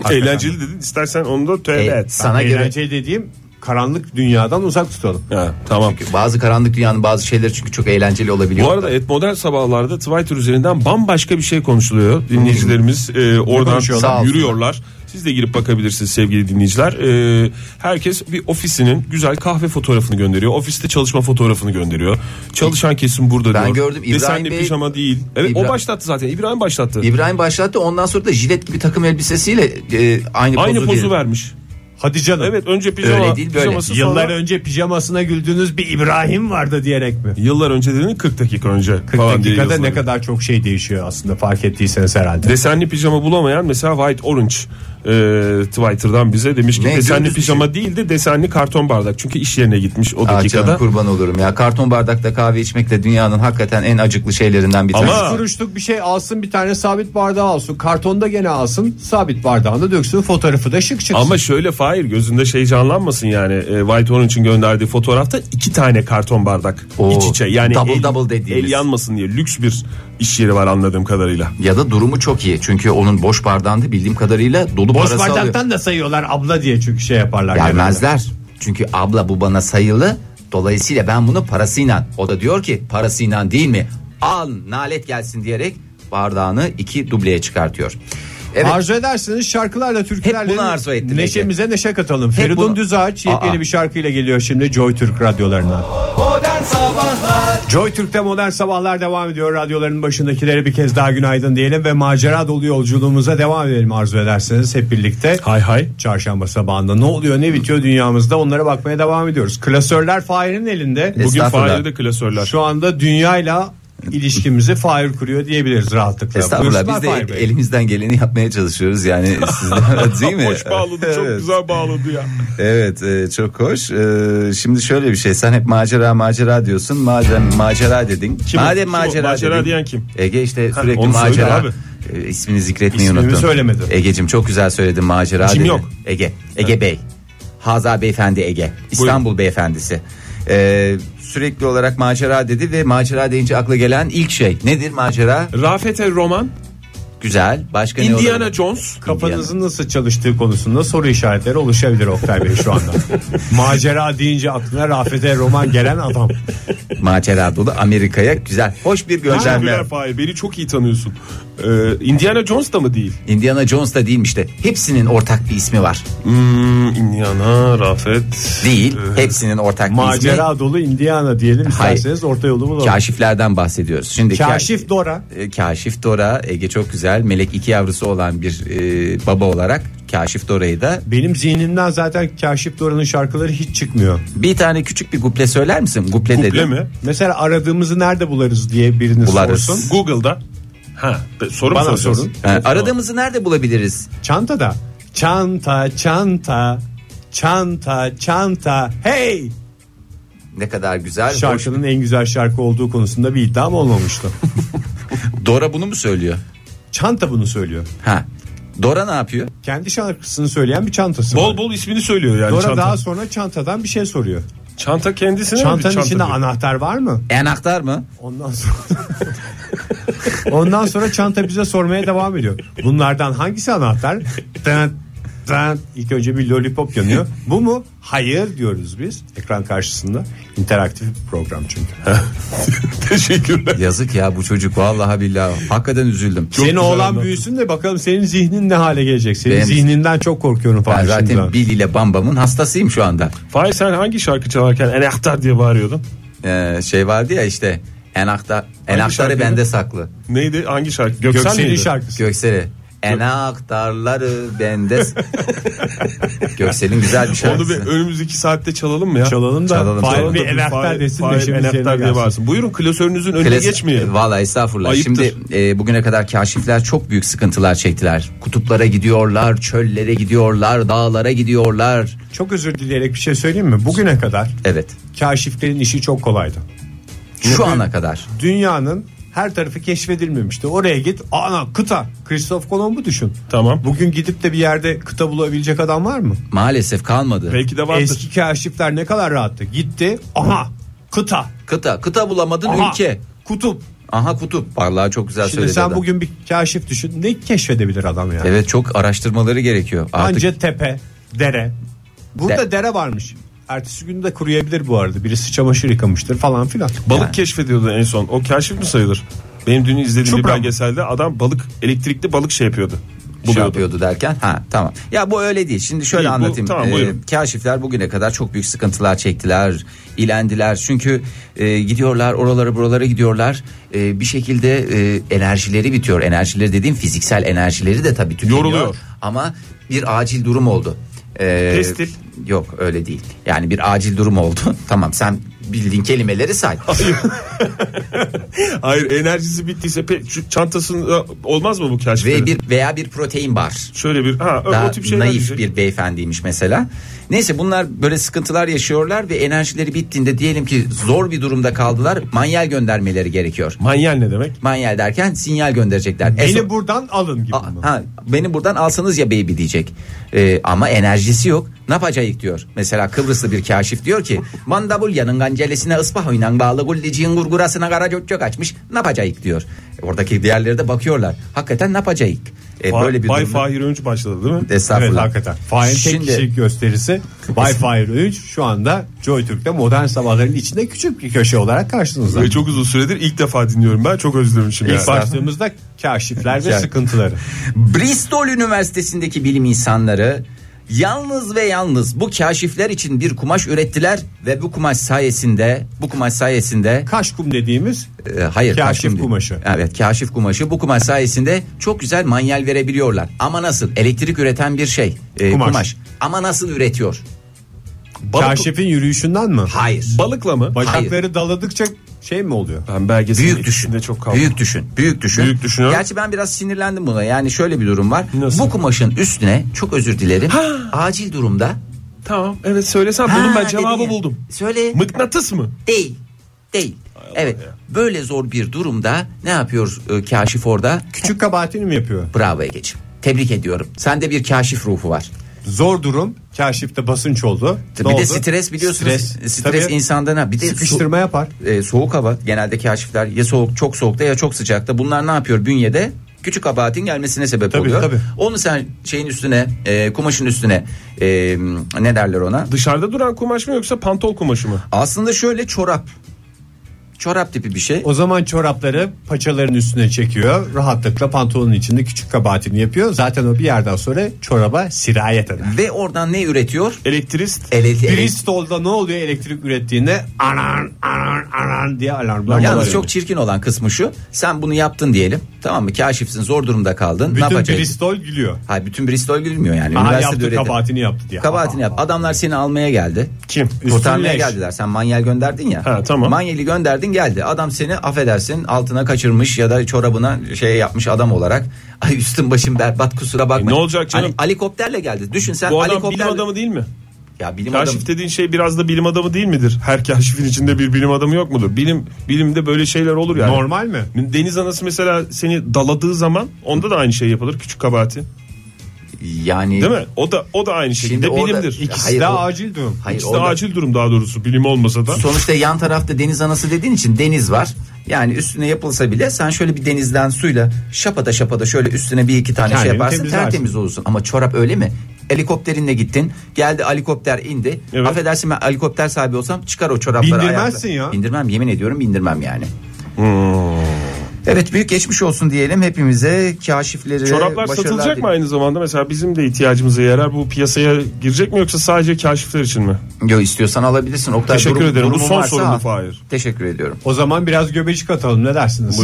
C: Hakikaten.
D: Eğlenceli dedin istersen onu da
B: e,
D: tövbe et.
B: sana göre
C: Eğlenceli dediğim karanlık dünyadan uzak tutalım.
D: Ha, tamam.
B: bazı karanlık dünyanın bazı şeyleri çünkü çok eğlenceli olabiliyor.
D: Bu arada et model sabahlarda Twitter üzerinden bambaşka bir şey konuşuluyor. Dinleyicilerimiz e, oradan
B: konuşuyorlar? Sağ olsunlar.
D: yürüyorlar. Siz de girip bakabilirsiniz sevgili dinleyiciler. E, herkes bir ofisinin güzel kahve fotoğrafını gönderiyor. Ofiste çalışma fotoğrafını gönderiyor. Çalışan kesim burada
B: Ben
D: diyor.
B: gördüm. İbrahim
D: Desenli
B: Bey-
D: pijama değil. Evet
B: İbrahim-
D: o başlattı zaten. İbrahim başlattı.
B: İbrahim başlattı ondan sonra da jilet gibi takım elbisesiyle e, aynı,
D: Aynı pozu,
B: verdi.
D: vermiş.
C: Hadi canım.
D: Evet önce pijama,
B: Öyle değil, böyle.
D: pijaması
C: Yıllar
D: sonra...
C: önce pijamasına güldüğünüz bir İbrahim vardı diyerek mi?
D: Yıllar önce dedin 40 dakika önce.
C: 40
D: falan diye
C: dakikada ne
D: yazılıyor.
C: kadar çok şey değişiyor aslında fark ettiyseniz herhalde.
D: Desenli pijama bulamayan mesela White Orange e, Twitter'dan bize demiş ki
B: Ne,
D: desenli
B: dümdüz bir şey.
D: pijama değil de desenli karton bardak. Çünkü iş yerine gitmiş o
B: Aa, canım,
D: dakikada.
B: kurban olurum ya. Karton bardakta kahve içmek de dünyanın hakikaten en acıklı şeylerinden bir
D: Ama-
B: tanesi.
D: Ha.
C: kuruşluk bir şey alsın bir tane sabit bardağı alsın. Kartonda gene alsın sabit bardağında döksün fotoğrafı da şık çıksın.
D: Ama şöyle Fahir gözünde şey canlanmasın yani e, White Orange'ın gönderdiği fotoğrafta iki tane karton bardak
B: Oo,
D: iç içe. Yani
B: double
D: el,
B: double dediğimiz.
D: el yanmasın diye lüks bir iş yeri var anladığım kadarıyla.
B: Ya da durumu çok iyi. Çünkü onun boş bardağında bildiğim kadarıyla dolu
C: Boş
B: parası alıyor.
C: bardaktan da sayıyorlar abla diye çünkü şey yaparlar. genelde.
B: Gelmezler. Çünkü abla bu bana sayılı. Dolayısıyla ben bunu parasıyla. O da diyor ki parasıyla değil mi? Al nalet gelsin diyerek bardağını iki dubleye çıkartıyor. Evet.
C: Arzu edersiniz şarkılarla türkülerle
B: Hep bunu arzu ettim
C: neşemize neşe katalım. Feridun
B: bunu-
C: Düzağaç yepyeni
B: Aa.
C: bir şarkıyla geliyor şimdi Joy Türk radyolarına. Joy Türk'te modern sabahlar devam ediyor. Radyoların başındakilere bir kez daha günaydın diyelim ve macera dolu yolculuğumuza devam edelim arzu ederseniz hep birlikte.
D: Hay hay.
C: Çarşamba sabahında ne oluyor ne bitiyor dünyamızda onlara bakmaya devam ediyoruz. Klasörler Fahir'in elinde.
B: Es-
D: Bugün
B: Estağfurullah.
D: Fahir'de klasörler.
C: Şu anda dünyayla ilişkimizi Fahir kuruyor diyebiliriz rahatlıkla.
B: Estağfurullah
C: Buyursunlar
B: biz de
C: Fahir Bey.
B: elimizden geleni yapmaya çalışıyoruz yani sizden değil mi?
D: Hoş bağladı çok
B: Evet.
D: güzel bağladı ya.
B: Evet e, çok hoş. E, Şimdi şöyle bir şey sen hep macera macera diyorsun. Madem macera dedin.
D: o?
B: madem
D: Kim o?
B: macera,
D: Macera
B: dedin,
D: diyen kim?
B: Ege işte sürekli
D: onu söyle
B: macera.
D: abi.
B: E, ismini zikretmeyi
C: İsmimi
B: unuttum.
C: söylemedi.
B: Egecim çok güzel söyledin macera
D: Kim
B: dedin.
D: yok?
B: Ege. Ege Bey. Haza Beyefendi Ege. İstanbul Beyefendisi. E, sürekli olarak macera dedi ve macera deyince akla gelen ilk şey nedir macera?
D: Rafet El Roman
B: Güzel. Başka ne olabilir?
D: Indiana Jones.
C: Kafanızın nasıl çalıştığı konusunda soru işaretleri oluşabilir Oktay Bey şu
B: <laughs>
C: anda. Macera deyince aklına Rafet'e roman gelen adam.
B: Indiana. Macera dolu Amerika'ya güzel. Hoş bir gönderme.
D: Teşekkürler Fahir. Beni çok iyi tanıyorsun. Ee, Indiana Jones da mı değil?
B: Indiana Jones da değilmiş de hepsinin ortak bir ismi var.
D: Hmm, Indiana, Rafet.
B: Değil.
D: Ee,
B: Hepsinin ortak bir ismi.
C: Macera dolu Indiana diyelim
B: Hayır.
C: isterseniz orta yolu bulalım.
B: Kaşiflerden bahsediyoruz. Şimdi ka-
C: Kaşif Dora.
B: e, Kaşif Dora Ege çok güzel. Melek iki yavrusu olan bir e, baba olarak Kaşif Dora'yı da
C: Benim zihnimden zaten Kaşif Dora'nın şarkıları hiç çıkmıyor.
B: bir tane küçük bir guple söyler misin? Guple,
D: Guble
B: dedim.
D: mi?
C: Mesela aradığımızı nerede bularız diye birini
B: Bularız.
C: sorsun.
D: Google'da. Ha, be- soru
C: Bana
D: mu soracağız?
C: sorun.
B: Ha, aradığımızı nerede bulabiliriz?
C: Çantada. Çanta, çanta, çanta, çanta. Hey!
B: Ne kadar güzel. hoş.
C: Şarkının en güzel şarkı olduğu konusunda bir iddiam
D: <laughs>
C: olmamıştı.
B: Dora bunu mu söylüyor?
C: çanta bunu söylüyor.
B: Ha. Dora ne yapıyor?
C: Kendi şarkısını söyleyen bir çantası var.
D: Bol bol ismini söylüyor yani
C: Dora
D: çanta.
C: daha sonra çantadan bir şey soruyor.
D: Çanta kendisine mi bir
C: Çantanın içinde
D: diyor?
C: anahtar var mı?
B: Enaktar mı?
C: Ondan sonra Ondan sonra çanta bize sormaya devam ediyor. Bunlardan hangisi anahtar? Tın, tın. İlk önce bir lollipop yanıyor. Bu mu? Hayır diyoruz biz. Ekran karşısında. interaktif bir program çünkü.
D: <laughs> Teşekkürler.
B: Yazık ya bu çocuk vallahi billahi. Hakikaten üzüldüm.
C: Senin
D: güzel
C: oğlan
D: anlattın.
C: büyüsün de bakalım senin zihnin ne hale gelecek. Senin
B: Benim-
C: zihninden çok korkuyorum
B: Ben
C: falan. şimdiden.
B: zaten Bill ile Bambam'ın hastasıyım şu anda.
D: Fahir sen hangi şarkı çalarken enaktar diye bağırıyordun?
B: Ee, şey vardı ya işte enakta enaktarı
D: şarkıydı?
B: bende saklı.
D: Neydi? Hangi şarkı? Göksel,
C: Göksel'in
D: miydi?
C: şarkısı.
B: Göksel'e enaktarları bende s- Göksel'in güzel bir
D: Onu
B: şarkısı.
D: bir önümüzdeki saatte çalalım mı ya?
C: Çalalım da
B: Çalalım,
C: Fahir
B: çalalım.
C: bir enaktar desin de
D: Fahir
C: şimdi
D: enaktar
C: yerine
D: diye
C: gelsin.
D: bağırsın. Buyurun klasörünüzün önüne
B: Klas-
D: geçmeyin.
B: Vallahi estağfurullah.
D: Ayıptır.
B: Şimdi e, bugüne kadar kaşifler çok büyük sıkıntılar çektiler. Kutuplara gidiyorlar, çöllere gidiyorlar, dağlara gidiyorlar.
C: Çok özür dileyerek bir şey söyleyeyim mi? Bugüne kadar
B: Evet.
C: kaşiflerin işi çok kolaydı.
B: Şu ana kadar.
C: dünyanın her tarafı keşfedilmemişti. Oraya git ana kıta. Christoph Kolomb'u düşün.
D: Tamam.
C: Bugün gidip de bir yerde kıta bulabilecek adam var mı?
B: Maalesef kalmadı.
D: Belki de vardır.
C: Eski kaşifler ne kadar rahattı. Gitti aha kıta.
B: Kıta, kıta bulamadın
C: Aha,
B: ülke.
C: Kutup.
B: Aha kutup. Vallahi çok güzel
C: Şimdi
B: söyledi.
C: sen
B: adam. E,
C: bugün bir kaşif düşün. Ne keşfedebilir adam yani?
B: Evet çok araştırmaları gerekiyor. Artık
C: Anca tepe, dere. Burada
B: De-
C: dere varmış. Ertesi gün de kuruyabilir bu arada. Birisi çamaşır yıkamıştır falan filan.
D: Balık keşfediyordu en son. O keşif mi sayılır? Benim dün izlediğim
C: Çupra
D: bir
C: mı?
D: belgeselde adam balık elektrikli balık şey yapıyordu.
B: şey
D: Buluyordu.
B: yapıyordu derken ha tamam. Ya bu öyle değil. Şimdi şöyle
D: Değil, bu-
B: anlatayım.
D: tamam,
B: Ee,
D: buyurun.
B: kaşifler bugüne kadar çok büyük sıkıntılar çektiler, ilendiler. Çünkü e, gidiyorlar oralara buralara gidiyorlar. E, bir şekilde e, enerjileri bitiyor. Enerjileri dediğim fiziksel enerjileri de tabii tükeniyor.
D: Yoruluyor.
B: Ama bir acil durum oldu. Ee,
D: Pestil.
B: Yok öyle değil. Yani bir acil durum oldu. <laughs> tamam sen bildiğin kelimeleri say.
D: Hayır enerjisi bittiyse pe- şu çantasında olmaz mı bu keşiflerin?
B: Ve bir veya bir protein bar.
D: Şöyle bir ha
B: daha
D: o tip şeyler
B: naif
D: diyecek.
B: bir beyefendiymiş mesela. Neyse bunlar böyle sıkıntılar yaşıyorlar ve enerjileri bittiğinde diyelim ki zor bir durumda kaldılar. Manyel göndermeleri gerekiyor.
D: Manyel ne demek?
B: Manyel derken sinyal gönderecekler.
C: Beni
B: SO
C: buradan alın gibi
B: A-
C: mi?
B: ha, beni buradan alsanız ya baby diyecek. Ee, ama enerjisi yok. Ne yapacağız diyor. Mesela Kıbrıslı bir kaşif diyor ki Mandabulya'nın gancelesine ıspah oynan bağlı gulliciğin gurgurasına kara çökçök açmış. Ne yapacağız diyor. E, Oradaki diğerleri de bakıyorlar. Hakikaten ne yapacağız? Ee,
D: Fa- Bay
B: durumda-
D: Fahir Öncü başladı değil mi?
B: Estağfurullah.
C: Evet hakikaten. Fahir'in tek
B: Şimdi-
C: kişilik
B: <laughs>
C: gösterisi Bay Fahir 3 şu anda Joy Türk'te modern sabahların içinde küçük bir köşe olarak karşınızda.
D: Ve çok uzun süredir ilk defa dinliyorum ben çok özlemişim.
C: İlk
D: yani.
C: başlığımızda kaşifler ve
B: Yani.
C: sıkıntıları.
B: Bristol Üniversitesi'ndeki bilim insanları yalnız ve yalnız bu kaşifler için bir kumaş ürettiler ve bu kumaş sayesinde bu kumaş sayesinde
C: Kaşkum dediğimiz
B: e, hayır
C: Kaşif
B: kaşkum değil.
C: kumaşı.
B: Evet kaşif kumaşı bu kumaş sayesinde çok güzel manyel verebiliyorlar. Ama nasıl elektrik üreten bir şey e,
C: Kumaş.
B: kumaş. Ama nasıl üretiyor?
D: Balık-
C: kaşifin yürüyüşünden mi?
B: Hayır.
D: Balıkla mı?
C: Bacakları daladıkça şey mi oluyor?
D: Ben belgeselin
B: Büyük düşün.
D: içinde çok kaldım.
B: büyük düşün. Büyük düşün.
D: Büyük düşünüyorum.
B: Gerçi ben biraz sinirlendim buna. Yani şöyle bir durum var.
D: Nasıl?
B: Bu kumaşın üstüne çok özür dilerim. Acil durumda
D: Tamam evet söylesen
B: Ha,
D: buldum ben
B: dedin
D: cevabı
B: ya.
D: buldum.
B: Söyle.
D: Mıknatıs mı?
B: Değil. Değil. evet. Böyle zor bir durumda ne yapıyor e, kaşif orada?
C: Küçük kabahatini mi yapıyor?
B: Bravo Ege'ciğim. Tebrik ediyorum. Sende bir kaşif ruhu var.
C: Zor durum kaşifte basınç oldu.
B: bir
C: Ne
B: de
C: oldu?
B: stres biliyorsunuz.
C: Stres,
B: Stres,
C: Tabii
B: insanda ne? Bir de
C: sıkıştırma yapar.
B: so- e, soğuk hava. Genelde kaşifler ya soğuk çok soğukta ya çok sıcakta. Bunlar ne yapıyor bünyede? küçük kabahatin gelmesine sebep
D: Tabii,
B: oluyor.
D: tabii.
B: Onu sen şeyin üstüne e, kumaşın üstüne e, ne derler ona?
D: Dışarıda duran kumaş mı yoksa pantol kumaşı mı?
B: Aslında şöyle çorap. Çorap tipi bir şey.
C: O zaman çorapları paçaların üstüne çekiyor. Rahatlıkla pantolonun içinde küçük kabahatini yapıyor. Zaten o bir yerden sonra çoraba sirayet eder.
B: Ve oradan ne üretiyor?
D: Elektrist.
B: Ele- ele-
C: Bristol'da ne oluyor elektrik ürettiğinde anan anan anan diye alarmlar
B: Yalnız
C: çalıyor.
B: çok çirkin olan kısmı şu. Sen bunu yaptın diyelim. Tamam mı? Kaşifsin zor durumda kaldın. ne
C: bütün
B: yapacaksın?
C: Bristol gülüyor.
B: Hayır bütün Bristol gülmüyor yani.
C: Aha
B: Üniversitede
C: yaptı
B: öğretim.
C: kabahatini yaptı diye.
B: Kabahatini yap. Adamlar seni almaya geldi.
D: Kim?
B: Kurtarmaya
C: Üstünleş.
B: geldiler. Sen manyel gönderdin ya.
D: Ha, tamam.
B: Manyeli gönderdin geldi. Adam seni affedersin altına kaçırmış ya da çorabına şey yapmış adam olarak. <laughs> Ay üstüm başım berbat kusura bakma.
D: E, ne olacak canım?
B: Hani helikopterle geldi. Düşün sen
D: Bu adam
B: helikopterle.
D: bilim adamı değil mi?
B: Ya bilim adamı.
D: Kaşif dediğin şey biraz da bilim adamı değil midir? Her <laughs> kaşifin içinde bir bilim adamı yok mudur? Bilim bilimde böyle şeyler olur yani.
C: Normal mi?
D: Deniz anası mesela seni daladığı zaman onda da aynı şey yapılır küçük kabahati.
B: Yani.
D: Değil mi? O da o da aynı şekilde
B: Şimdi orada-
D: bilimdir.
B: Ya,
C: İkisi
B: Hayır,
C: de
B: o-
C: acil durum.
B: Hayır,
D: İşte
B: orada-
D: acil durum daha doğrusu bilim olmasa da.
B: Sonuçta yan tarafta deniz anası dediğin için deniz var. Yani üstüne yapılsa bile sen şöyle bir denizden suyla şapata şapata şöyle üstüne bir iki tane şey
C: Kendini
B: yaparsın
C: temizlersin.
B: tertemiz olursun. Ama çorap öyle mi? Helikopterinle gittin. Geldi helikopter indi.
D: Evet.
B: Affedersin ben helikopter sahibi olsam çıkar o çorapları
C: Bindirmezsin
B: ayakla.
C: ya.
B: Bindirmem yemin ediyorum bindirmem yani.
D: Hmm.
B: Evet büyük geçmiş olsun diyelim hepimize kaşifleri.
D: Çoraplar satılacak mı aynı zamanda? Mesela bizim de ihtiyacımıza yarar. Bu piyasaya girecek mi yoksa sadece kaşifler için mi?
B: Yok istiyorsan alabilirsin. Oktay,
D: Teşekkür
B: durum-
D: ederim. Bu
B: durumun
D: son
B: varsa
D: sorumdu
B: al.
D: Fahir.
B: Teşekkür ediyorum.
C: O zaman biraz göbecik atalım ne dersiniz?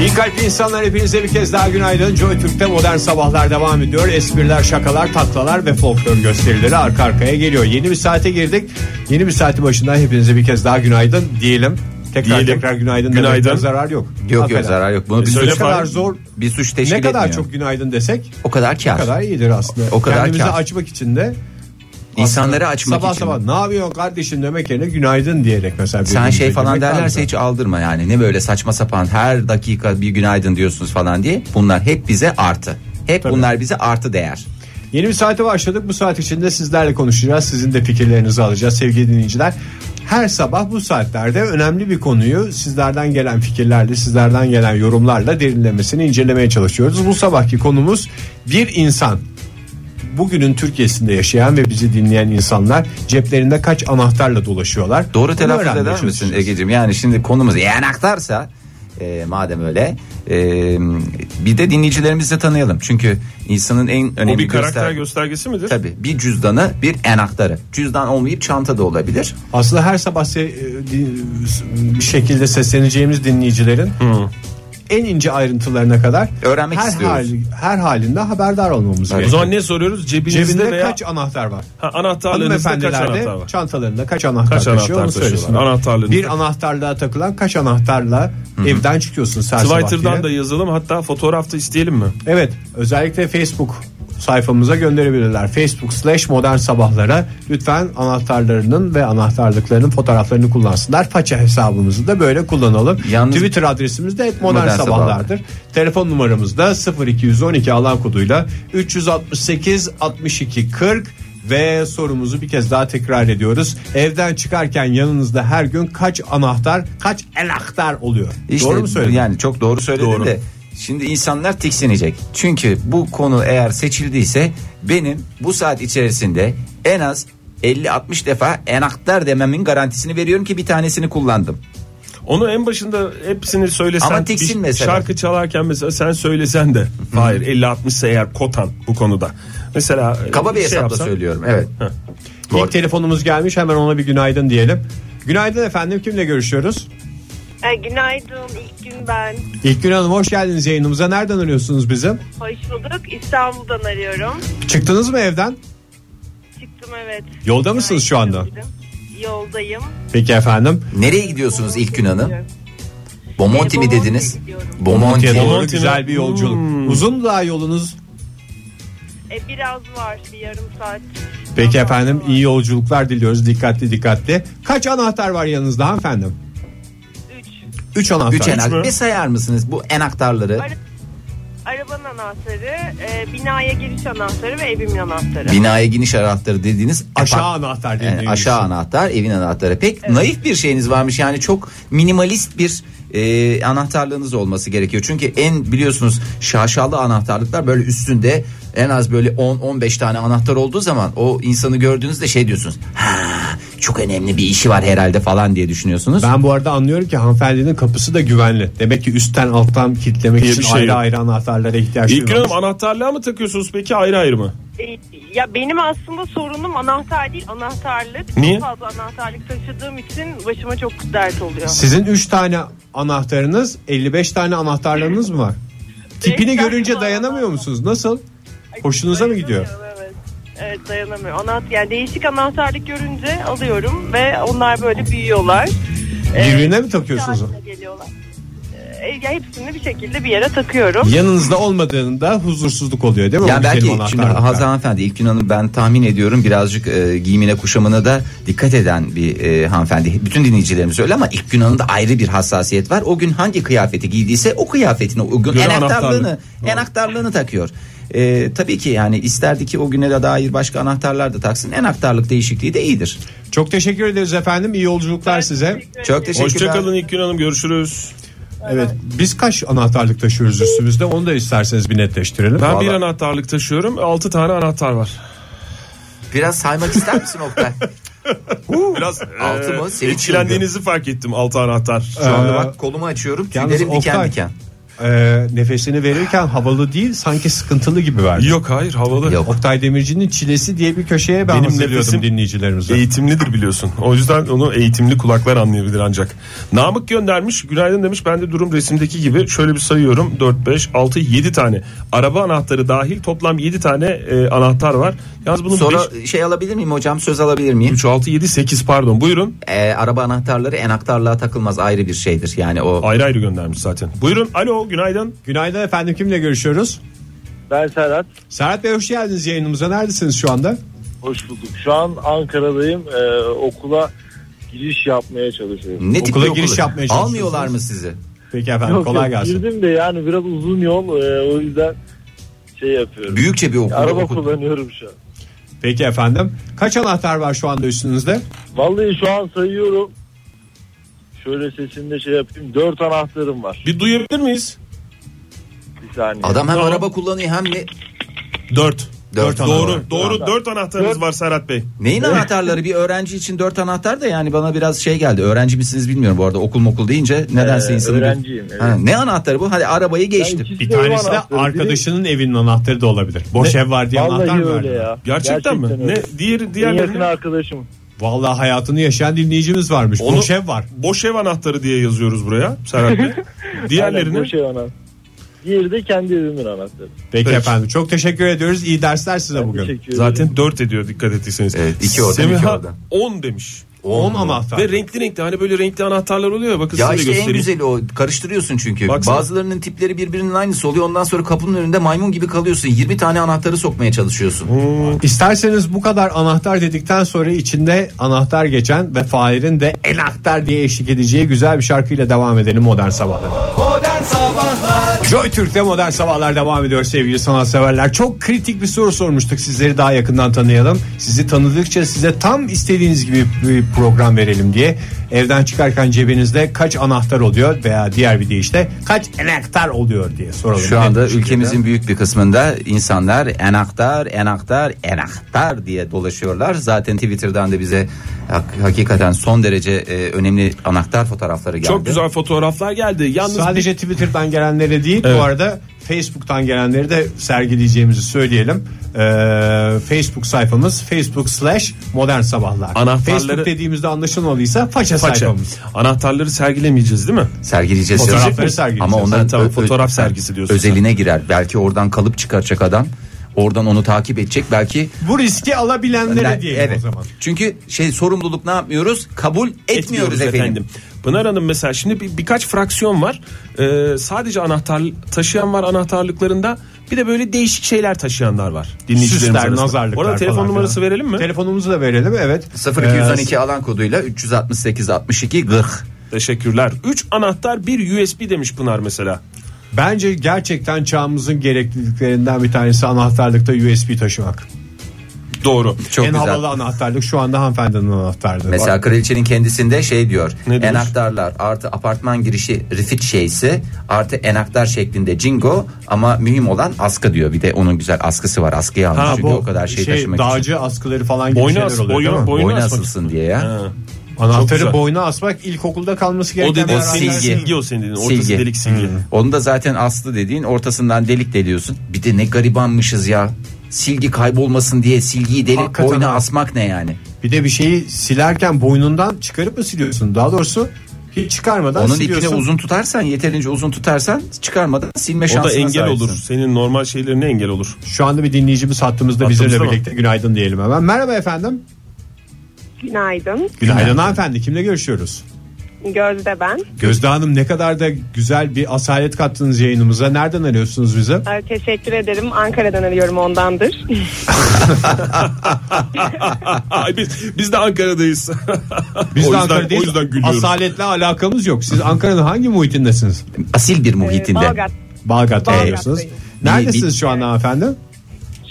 C: İyi kalpli insanlar hepinize bir kez daha günaydın. Joy Türk'te modern sabahlar devam ediyor. Espriler, şakalar, taklalar ve folklor gösterileri arka arkaya geliyor. Yeni bir saate girdik. Yeni bir saati başından hepinize bir kez daha günaydın diyelim. Tekrar
D: Diyelim.
C: tekrar günaydın.
D: Günaydın.
C: Demekten zarar yok.
B: Yok
C: Hakikaten.
B: yok zarar yok. Bunu bir
D: söyle
B: suç,
C: Ne kadar
D: Fahir.
C: zor,
B: bir suç teşkil
C: ne kadar
B: etmiyor.
C: çok günaydın desek
B: O kadar kar.
C: o kadar iyidir aslında.
B: O kadar
C: Kendimizi
B: kar.
C: açmak için de
B: İnsanları açmak
C: sabah
B: için.
C: sabah ne yapıyorsun kardeşim demek yerine günaydın diyerek mesela.
B: Sen şey
C: birbirimize
B: falan
C: demek
B: derlerse
C: lazım.
B: hiç aldırma yani. Ne böyle saçma sapan her dakika bir günaydın diyorsunuz falan diye. Bunlar hep bize artı. Hep bunlar bize artı değer.
C: Yeni bir saate başladık. Bu saat içinde sizlerle konuşacağız. Sizin de fikirlerinizi alacağız sevgili dinleyiciler. Her sabah bu saatlerde önemli bir konuyu sizlerden gelen fikirlerle, sizlerden gelen yorumlarla derinlemesini incelemeye çalışıyoruz. Bu sabahki konumuz bir insan. Bugünün Türkiye'sinde yaşayan ve bizi dinleyen insanlar ceplerinde kaç anahtarla dolaşıyorlar?
B: Doğru
C: Bunu
B: telaffuz
C: öğrenmeye
B: eder misin
C: çalışacağız.
B: Ege'cim? Yani şimdi konumuz yani aktarsa e, madem öyle e, bir de dinleyicilerimizi de tanıyalım. Çünkü insanın en önemli
D: O bir karakter
B: göster-
D: göstergesi midir?
B: Tabii bir cüzdanı bir enaktarı. Cüzdan olmayıp çanta da olabilir.
C: Aslında her sabah se- e, di- bir şekilde sesleneceğimiz dinleyicilerin en ince ayrıntılarına kadar
B: Öğrenmek
C: her
B: istiyoruz.
C: hali- her halinde haberdar olmamız
D: O
C: gerekiyor.
D: zaman ne soruyoruz? Cebinizde,
C: Cebinde
D: veya
C: kaç anahtar var?
D: ha, anahtarlarınızda kaç
C: Hanımefendiler
D: anahtar
C: de
D: var?
C: çantalarında kaç anahtar
D: Kaç
C: taşıyor
D: anahtar
C: onu söylesin.
D: taşıyorlar? Anahtarlarında-
C: Bir anahtarlığa takılan kaç anahtarla evden çıkıyorsun sen sabah diye.
D: Twitter'dan da yazalım hatta fotoğrafta isteyelim mi?
C: Evet özellikle Facebook sayfamıza gönderebilirler. Facebook slash modern sabahlara lütfen anahtarlarının ve anahtarlıklarının fotoğraflarını kullansınlar. Faça hesabımızı da böyle kullanalım.
B: Yalnız-
C: Twitter adresimiz de modern,
B: Modern
C: sabahlardır. Telefon numaramız da 0212 alan koduyla 368 62 40 ve sorumuzu bir kez daha tekrar ediyoruz. Evden çıkarken yanınızda her gün kaç anahtar, kaç anahtar oluyor?
B: İşte
C: Doğru mu söyledim?
B: Yani çok doğru söyledin
D: Doğru.
B: de. Şimdi insanlar tiksinecek. Çünkü bu konu eğer seçildiyse benim bu saat içerisinde en az 50-60 defa enaktar dememin garantisini veriyorum ki bir tanesini kullandım.
D: Onu en başında hepsini söylesen.
B: Ama tiksin
D: bir
B: mesela.
D: Şarkı çalarken mesela sen söylesen de. Hayır 50-60 ise eğer kotan bu konuda. Mesela e,
B: Kaba bir
D: şey
B: hesapla
D: yapsan-
B: söylüyorum. Evet.
C: İlk telefonumuz gelmiş hemen ona bir günaydın diyelim. Günaydın efendim kimle görüşüyoruz?
E: Ay, E, günaydın ilk gün ben.
C: İlk gün Hanım hoş geldiniz yayınımıza. Nereden arıyorsunuz bizi?
E: Hoş bulduk. İstanbul'dan arıyorum.
C: Çıktınız mı evden?
E: Çıktım evet.
C: Yolda mısınız şu anda?
E: Yoldayım.
C: Peki efendim.
B: Nereye gidiyorsunuz ilk gün hanım? Bomonti mi
E: Bomonti'ye
B: dediniz?
E: gidiyorum.
B: Bomonti.
C: Monti'ye doğru
D: Monti mi?
C: güzel bir yolculuk.
D: Hmm.
C: Uzun daha yolunuz.
E: E, biraz var bir yarım saat.
C: Peki
E: Ondan
C: efendim
E: sonra
C: iyi yolculuklar diliyoruz. Dikkatli dikkatli. Kaç anahtar var yanınızda hanımefendim?
E: Üç.
C: Üç anahtar.
B: Üç enak.
D: mü?
B: Bir sayar mısınız bu enaktarları?
E: Ara- arabanın anahtarı, e, binaya giriş anahtarı ve evimin anahtarı.
B: Binaya giriş anahtarı dediğiniz
C: Aşağı
B: apart-
C: anahtar
B: Yani
C: dediğimiz.
B: aşağı anahtar, evin anahtarı. Pek naif bir şeyiniz varmış yani çok minimalist bir e, anahtarlığınız olması gerekiyor. Çünkü en biliyorsunuz şaşalı anahtarlıklar böyle üstünde en az böyle 10-15 tane anahtar olduğu zaman o insanı gördüğünüzde şey diyorsunuz. Ha, çok önemli bir işi var herhalde falan diye düşünüyorsunuz.
C: Ben bu arada anlıyorum ki hanımefendinin kapısı da güvenli. Demek ki üstten alttan kilitlemek
D: Diye
C: için
D: bir şey
C: ayrı
D: yok.
C: ayrı anahtarlara ihtiyaç
D: İlk
C: duymamış.
D: Hanım anahtarlığa mı takıyorsunuz peki ayrı ayrı mı?
E: E, ya benim aslında sorunum anahtar değil anahtarlık.
D: Niye?
E: Çok fazla anahtarlık taşıdığım için başıma çok dert oluyor.
C: Sizin 3 tane anahtarınız 55 tane anahtarlarınız mı var? Tipini
E: Beş
C: görünce
E: tane
C: dayanamıyor
E: anahtar.
C: musunuz? Nasıl? Hoşunuza mı gidiyor?
E: Dayanamıyorum, Evet. Evet dayanamıyorum. Anahtar, yani değişik anahtarlık görünce alıyorum ve onlar böyle büyüyorlar. Ee,
C: Birbirine mi takıyorsunuz?
E: bir haline geliyorlar. Ee, ya hepsini bir şekilde bir yere takıyorum.
C: Yanınızda olmadığında huzursuzluk oluyor değil mi?
B: Ya
C: Bu
B: belki
C: kelime
B: şimdi
C: anahtarlıklar.
B: Hazan hanımefendi İlk Hanım ben tahmin ediyorum birazcık e, giyimine kuşamına da dikkat eden bir e, hanımefendi. Bütün dinleyicilerimiz öyle ama İlk Hanım'da ayrı bir hassasiyet var. O gün hangi kıyafeti giydiyse o kıyafetine uygun
D: Göre
B: enaktarlığını,
D: anahtarlık.
B: enaktarlığını takıyor. E, tabii ki yani isterdi ki o güne de dair başka anahtarlar da taksın. Enaktarlık değişikliği de iyidir.
C: Çok teşekkür ederiz efendim. İyi yolculuklar size.
B: Çok teşekkürler.
D: Hoşçakalın İlk Hanım görüşürüz.
C: Evet. Biz kaç anahtarlık taşıyoruz üstümüzde? Onu da isterseniz bir netleştirelim.
D: Ben
B: Vallahi-
D: bir anahtarlık taşıyorum 6 tane anahtar var.
B: Biraz saymak ister misin Oktay?
D: Biraz
B: altı mı?
D: e,
B: Sevinç
D: etkilendiğinizi fark ettim 6 anahtar.
B: Şu anda
C: Ee,
B: bak kolumu açıyorum
C: yalnız
B: tüylerim diken
C: Oktay-
B: diken.
C: Ee, nefesini verirken havalı değil sanki sıkıntılı gibi verdi.
D: Yok hayır havalı.
B: Yok.
C: Oktay Demirci'nin çilesi diye bir köşeye ben
D: Benim
C: hazırlıyordum
D: nefesim-
B: E,
C: dinleyicilerimize.
D: Eğitimlidir biliyorsun. O yüzden onu eğitimli kulaklar anlayabilir ancak. Namık göndermiş. Günaydın demiş. Ben de durum resimdeki gibi şöyle bir sayıyorum. 4, 5, 6, 7 tane. Araba anahtarı dahil toplam 7 tane e, anahtar var. Yalnız bunun
B: Sonra
D: Sonra...
B: şey alabilir miyim hocam söz alabilir miyim?
D: 3, 6, 7, 8 pardon. Buyurun.
B: e, araba anahtarları enaktarlığa takılmaz ayrı bir şeydir. Yani o
D: Ayrı ayrı göndermiş zaten. Buyurun. Alo günaydın.
C: Günaydın efendim kimle görüşüyoruz?
F: Ben Serhat.
C: Serhat Bey hoş geldiniz yayınımıza. Neredesiniz şu anda?
F: Hoş bulduk. Şu an Ankara'dayım. Ee, okula giriş yapmaya çalışıyorum.
B: ne tip
C: Okula
B: bir
C: giriş yapmaya
B: Almıyorlar mı sizi?
C: Peki efendim
F: Yok,
C: kolay
F: yok,
C: gelsin.
F: Girdim de yani biraz uzun yol. ee, o yüzden şey yapıyorum.
B: Büyükçe bir okul.
F: Araba
B: okul-
F: kullanıyorum şu an.
C: Peki efendim. Kaç anahtar var şu anda üstünüzde?
F: Vallahi şu an sayıyorum. Şöyle sesinde şey yapayım. Dört anahtarım var.
D: Bir duyabilir miyiz?
F: Bir saniye.
B: Adam hem
D: Tamam.
B: araba kullanıyor hem de
D: 4.
B: Dört
D: Doğru.
B: anahtar.
D: Doğru. 4 anahtarınız
F: Dört.
D: var Serhat Bey.
B: neyin anahtarları bir öğrenci için dört anahtar da yani bana biraz şey geldi. Öğrenci misiniz bilmiyorum bu arada okul mokul deyince nedense
F: Ee,
B: insanın bir-
F: öğrenciyim, evet.
B: Ha, ne anahtarı bu? Hadi arabayı
F: Yani
B: geçtim.
F: ikisi
C: Bir
F: de ev
C: tanesi de
F: anahtarı,
C: arkadaşının evinin anahtarı da olabilir. Boş ev var diye
F: biri-
C: anahtar
F: Vallahi
C: mı
F: öyle
C: verdiler?
F: ya.
D: Gerçekten, mi?
F: öyle.
D: Ne? Diğer
F: En
D: diğerlerini-
F: yakın arkadaşım.
C: Vallahi hayatını yaşayan dinleyicimiz varmış.
D: Onu-
C: Boş ev var.
D: Boş ev anahtarı diye yazıyoruz buraya Serhat Bey.
F: <laughs> Aynen,
D: Diğerlerini
F: bu şey anahtarı. Diğeri de kendi evimin anahtarı.
C: Peki,
D: Peki.
C: efendim. Çok teşekkür ediyoruz. İyi dersler size bugün.
F: Teşekkür ederim.
D: zaten 4 ediyor dikkat ettiyseniz.
B: Evet, iki oradan, iki
D: Semiha
B: oradan.
D: 10 demiş.
C: 10 anahtar.
D: Ve renkli renkli hani böyle renkli anahtarlar oluyor ya bakın
B: Ya
D: size
B: işte
D: de
B: en
D: göstereyim.
B: güzeli o karıştırıyorsun çünkü.
D: Baksana.
B: Bazılarının tipleri birbirinin aynısı oluyor. Ondan sonra kapının önünde maymun gibi kalıyorsun. 20 tane anahtarı sokmaya çalışıyorsun.
C: İsterseniz bu kadar anahtar dedikten sonra içinde anahtar geçen ve Fahir'in de enahtar diye eşlik edeceği güzel bir şarkıyla devam edelim Modern Sabahlar. Joy Türk'te Modern Sabahlar devam ediyor sevgili sanatseverler. Çok kritik bir soru sormuştuk sizleri daha yakından tanıyalım. Sizi tanıdıkça size tam istediğiniz gibi bir program verelim diye. Evden çıkarken cebinizde kaç anahtar oluyor veya diğer bir deyişle kaç enaktar oluyor diye soralım.
B: Şu anda
C: Net bir şekilde.
B: ülkemizin büyük bir kısmında insanlar enaktar, enaktar, enaktar diye dolaşıyorlar. Zaten Twitter'dan da bize hak- hakikaten son derece e, önemli anahtar fotoğrafları geldi.
D: Çok güzel fotoğraflar geldi. Yalnız
C: Sadece Twitter'dan gelenlere değil
D: Evet.
C: bu arada Facebook'tan gelenleri de sergileyeceğimizi söyleyelim. Ee, Facebook sayfamız Facebook slash modern sabahlar.
D: Anahtarları-
C: Facebook dediğimizde anlaşılmadıysa faça,
D: bir faça.
C: sayfamız.
D: Anahtarları sergilemeyeceğiz değil mi?
B: Sergileyeceğiz.
C: Fotoğrafları
B: Ama
C: sergileyeceğiz.
B: Ama onların
D: Ha, tamam,
B: ö- ö-
D: fotoğraf sergisi diyorsun
B: Özeline girer. Belki oradan kalıp çıkaracak adam. Oradan onu takip edecek. Belki
C: Bu riski alabilenlere diyelim
B: Evet.
C: o zaman.
B: Çünkü şey sorumluluk ne yapmıyoruz? Kabul etmiyoruz, efendim.
D: Pınar Hanım mesela şimdi bir, birkaç fraksiyon var. Ee, sadece anahtar taşıyan var anahtarlıklarında. Bir de böyle değişik şeyler taşıyanlar var. Dinleyicilerimiz
C: Süsler,
D: arasında.
C: nazarlıklar
D: Orada telefon
C: falan
D: numarası
C: filan.
D: verelim mi?
C: Telefonumuzu da verelim evet.
B: 0212
C: Ee,
B: alan koduyla 368 62 40.
D: Teşekkürler. 3 anahtar bir USB demiş Pınar mesela.
C: Ee, Bence gerçekten çağımızın gerekliliklerinden bir tanesi anahtarlıkta USB taşımak.
D: Doğru.
B: Çok
C: en
B: güzel.
C: havalı anahtarlık şu anda hanımefendinin anahtarlığı.
B: Mesela kraliçenin kendisinde şey diyor.
D: Ne diyor?
B: Enaktarlar artı apartman girişi refit şeysi artı enaktar şeklinde cingo ama mühim olan askı diyor. Bir de onun güzel askısı var. Askıya almış.
C: Ha,
B: Çünkü
C: bu
B: o kadar şey, taşımak
C: dağcı
B: için.
C: askıları falan gibi
D: Boyna
C: şeyler
D: as-
C: oluyor
D: boyun-
C: değil mi?
D: boy- boyuna
B: Boyuna
D: asmak
B: asılsın diye ya.
D: Ha. Çok güzel.
C: Anahtarı boyuna asmak ilkokulda kalması
D: O
C: gereken
D: dediğin
C: bir
D: silgi.
C: anahtar.
B: silgi.
D: silgi o senin dediğin. Ortası
B: Silgi.
D: delik silgi.
C: Hmm.
B: Onu da zaten aslı dediğin ortasından delik deliyorsun. Bir de ne garibanmışız ya. Silgi kaybolmasın diye silgiyi delip
C: Hakikaten
B: boyuna
C: ha.
B: asmak ne yani?
C: Bir de bir şeyi silerken boynundan çıkarıp mı siliyorsun? Daha doğrusu hiç çıkarmadan
B: Onun
C: siliyorsun.
B: ipini uzun tutarsan yeterince uzun tutarsan çıkarmadan silme
D: O da
B: şansına
D: engel
B: sahipsin.
D: olur. Senin normal şeylerine
C: <laughs>
D: engel olur.
C: Şu anda bir dinleyicimiz hattımızda bizimle
D: Hattımızda mı?
C: birlikte günaydın diyelim hemen. Merhaba efendim.
E: Günaydın.
C: Günaydın, hanımefendi. Kimle görüşüyoruz?
E: Gözde ben.
C: Gözde Hanım ne kadar da güzel bir asalet kattınız yayınımıza. Nereden arıyorsunuz bize?
E: Ee, Teşekkür ederim. Ankara'dan arıyorum ondandır.
D: Ay biz biz de Ankara'dayız.
C: Biz
D: <laughs> o
C: de
D: yüzden,
C: Ankara'dayız.
D: O yüzden gülüyoruz.
C: Asaletle alakamız yok. Siz Ankara'nın hangi muhitindesiniz?
B: Asil bir muhitinde.
E: Bağgat.
C: Balgat'ta
B: Ee,
E: Balgat'tayım.
C: arıyorsunuz. Neredesiniz şu anda hanımefendi?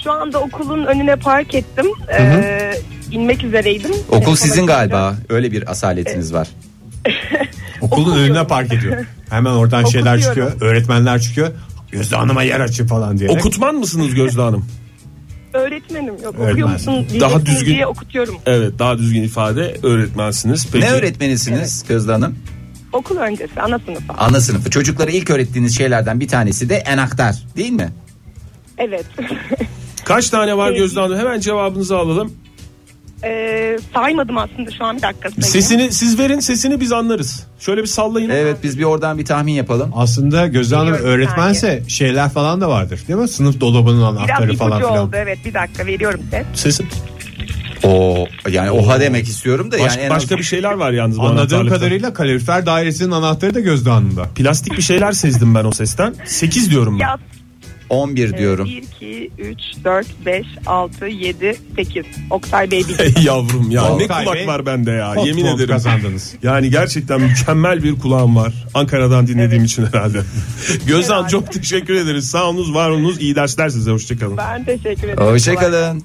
E: Şu anda okulun önüne park ettim. Ee, inmek üzereydim.
B: Okul
E: Telefona
B: sizin
E: bakınca-
B: galiba. Öyle bir asaletiniz var.
C: Okulun
E: Okul
C: önüne
E: diyorum.
C: park ediyor. Hemen oradan
E: Okul
C: şeyler
E: diyorum.
C: çıkıyor. Öğretmenler çıkıyor. Gözde Hanım'a yer açın falan diye.
D: Okutman mısınız Gözde Hanım?
E: Öğretmenim. Yok
C: Öğretmen.
E: okuyor musun diyeceksin
D: Daha düzgün-
E: diye okutuyorum.
D: Evet daha düzgün ifade öğretmensiniz. Peki,
B: Ne öğretmenisiniz Gözde Hanım?
E: Okul öncesi ana sınıfı.
B: Ana sınıfı. Çocuklara ilk öğrettiğiniz şeylerden bir tanesi de enaktar değil mi?
E: Evet. <laughs>
D: Kaç tane var Gözde Hanım? Hemen cevabınızı alalım.
E: Ee, saymadım aslında şu an bir dakika sayayım.
D: Sesini siz verin sesini biz anlarız. Şöyle bir sallayın.
B: Evet biz bir oradan bir tahmin yapalım.
C: Aslında Gözde Hanım
E: Biliyorum
C: öğretmense şeyler falan da vardır değil mi? Sınıf dolabının
E: Biraz
C: anahtarı
E: ipucu
C: falan filan.
E: oldu evet bir dakika veriyorum ses.
C: Sesi
B: O yani oha demek istiyorum da
D: Baş-
B: yani en az-
D: başka bir şeyler var yalnız. bu
C: Anladığım
D: anahtarlıkta.
C: kadarıyla kalorifer dairesinin anahtarı da Gözde Hanım'da.
D: Plastik bir şeyler sezdim ben o sesten. 8 diyorum ben.
E: Yaz
D: şey-
E: e,
B: 11 diyorum.
E: 1, 2, 3, 4, 5, 6 7, 8. Oktay Bey
D: <laughs>
E: bilir.
D: Ey yavrum ya ne
C: Oktay
D: kulak
C: Bey,
D: var bende ya
C: hot
D: yemin
C: dog
D: ederim. <laughs>
C: kazandınız.
D: Yani gerçekten mükemmel bir kulağım var. Ankara'dan dinlediğim için herhalde. Gözde Hanım çok teşekkür ederiz. Sağolunuz varolunuz iyi dersler size hoşçakalın.
E: Ben teşekkür ederim.
B: Hoşçakalın.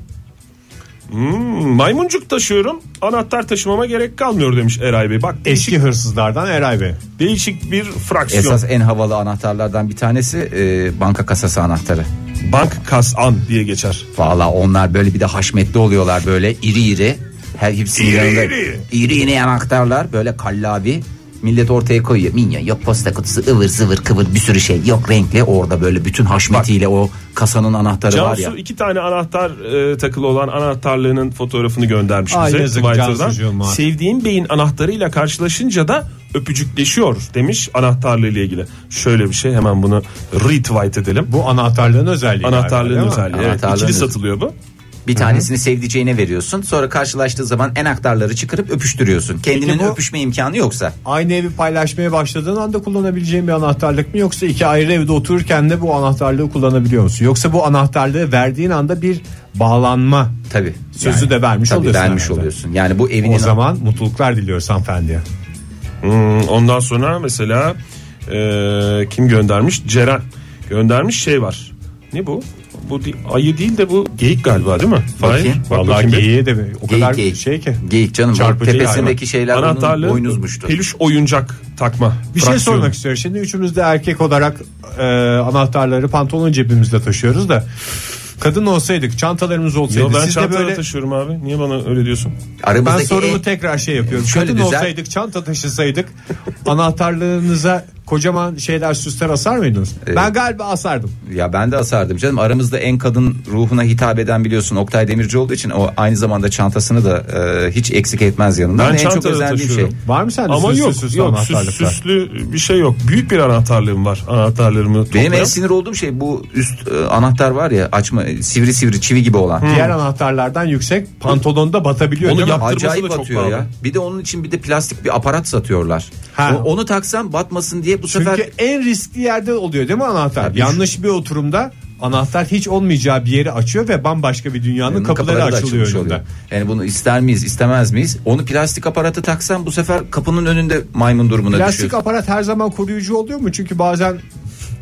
D: Hmm, maymuncuk taşıyorum anahtar taşımama gerek kalmıyor demiş Eray Bey. Bak
C: Eski hırsızlardan Eray Bey.
D: değişik bir fraksiyon.
B: Esas en havalı anahtarlardan bir tanesi e, banka kasası anahtarı.
D: Bank kas an diye geçer.
B: Valla onlar böyle bir de haşmetli oluyorlar böyle iri iri. Her hepsinin
D: İri
B: yanında
D: iri.
B: iri iri anahtarlar böyle kallavi. Millet ortaya koyuyor. Minyon yok posta kutusu ıvır zıvır kıvır bir sürü şey yok renkli. Orada böyle bütün haşmetiyle o kasanın anahtarı var ya.
D: Cansu iki tane anahtar e, takılı olan anahtarlığının fotoğrafını göndermiş
C: Ay
D: bize.
C: yazık
D: Twitter'dan.
C: Cansucuğum ha.
D: Sevdiğim beyin anahtarıyla karşılaşınca da öpücükleşiyor demiş anahtarlığıyla ilgili. Şöyle bir şey hemen bunu retweet edelim.
C: Bu anahtarlığın özelliği.
D: Anahtarlığın
C: galiba, değil mi?
D: özelliği. Evet,
B: Anahtarlığın
D: ikili
B: özelliği.
D: satılıyor bu.
B: Bir tanesini sevdiceğine veriyorsun. Sonra karşılaştığı zaman enaktarları çıkarıp öpüştürüyorsun. Kendinin
C: bu-
B: öpüşme imkanı yoksa.
C: Aynı evi paylaşmaya başladığın anda kullanabileceğin bir anahtarlık mı yoksa iki ayrı evde otururken de bu anahtarlığı kullanabiliyor musun? Yoksa bu anahtarlığı verdiğin anda bir bağlanma
B: Tabii.
C: Sözü de vermiş
B: tabii
C: oluyorsun
B: vermiş
C: herhalde.
B: oluyorsun. Yani bu evinin
C: O zaman mutluluklar diliyoruz hanımefendiye.
D: Hmm, ondan sonra mesela e, kim göndermiş? Ceren göndermiş şey var. Ne bu? Bu değil- ayı değil de bu geyik galiba değil mi?
B: Bakayım.
D: Fahir, bak
C: Vallahi
D: bakayım bir.
C: geyiğe de o
B: Geyik,
C: kadar
B: geyik.
C: şey ki.
B: Geyik canım.
C: Çarpıcı
B: Tepesindeki
C: yani.
B: şeyler onun
D: Anahtarlı
B: boynuzmuştu.
D: Peluş oyuncak takma.
C: Bir şey
D: Fraksiyonu.
C: sormak istiyorum. Şimdi üçümüz de erkek olarak e, anahtarları pantolon cebimizde taşıyoruz da kadın olsaydık çantalarımız olsaydı
D: Yo, ben
C: siz de
D: çantada
C: böyle
D: taşıyorum abi. Niye bana öyle diyorsun?
C: ben
B: Aramızdaki
C: sorumu
B: en-
C: tekrar şey yapıyorum.
B: Şöyle
C: kadın
B: düzel-
C: olsaydık çanta taşısaydık anahtarlığınıza kocaman şeyler süsler asar mıydınız?
B: Ee,
C: Ben galiba asardım.
B: Ya ben de asardım canım. Aramızda en kadın ruhuna hitap eden biliyorsun Oktay Demirci olduğu için o aynı zamanda çantasını da e, hiç eksik etmez yanından.
D: Ben
B: en çok
D: çantada
B: özendiğim
D: taşıyorum.
B: şey.
C: Var mı sende
D: Ama
C: süslü
D: yok,
C: süslü
D: yok süs-
C: anahtarlıklar?
D: süslü bir şey yok. Büyük bir anahtarlığım var. Anahtarlarımı
B: Benim en
D: toplayan.
B: sinir olduğum şey bu üst e, anahtar var ya açma sivri sivri çivi gibi olan.
C: Diğer anahtarlardan yüksek pantolonda batabiliyor
D: Onu
C: değil mi?
D: yap- Yaptırması
B: Acayip
D: da çok
B: batıyor
D: pahalı.
B: ya. Bir de onun için bir de plastik bir aparat satıyorlar.
C: Ha.
B: O- onu taksam batmasın diye bu
C: Çünkü
B: sefer
C: en riskli yerde oluyor değil mi anahtar?
B: Tabii.
C: Yanlış bir oturumda anahtar hiç olmayacağı bir yeri açıyor ve bambaşka bir dünyanın kapıları,
B: da
C: açılıyor
B: açılmış
C: önünde.
B: oluyor. Yani bunu ister miyiz istemez miyiz? Onu plastik aparatı taksam bu sefer kapının önünde maymun durumuna
C: Plastik
B: düşüyor.
C: aparat her zaman koruyucu oluyor mu? Çünkü bazen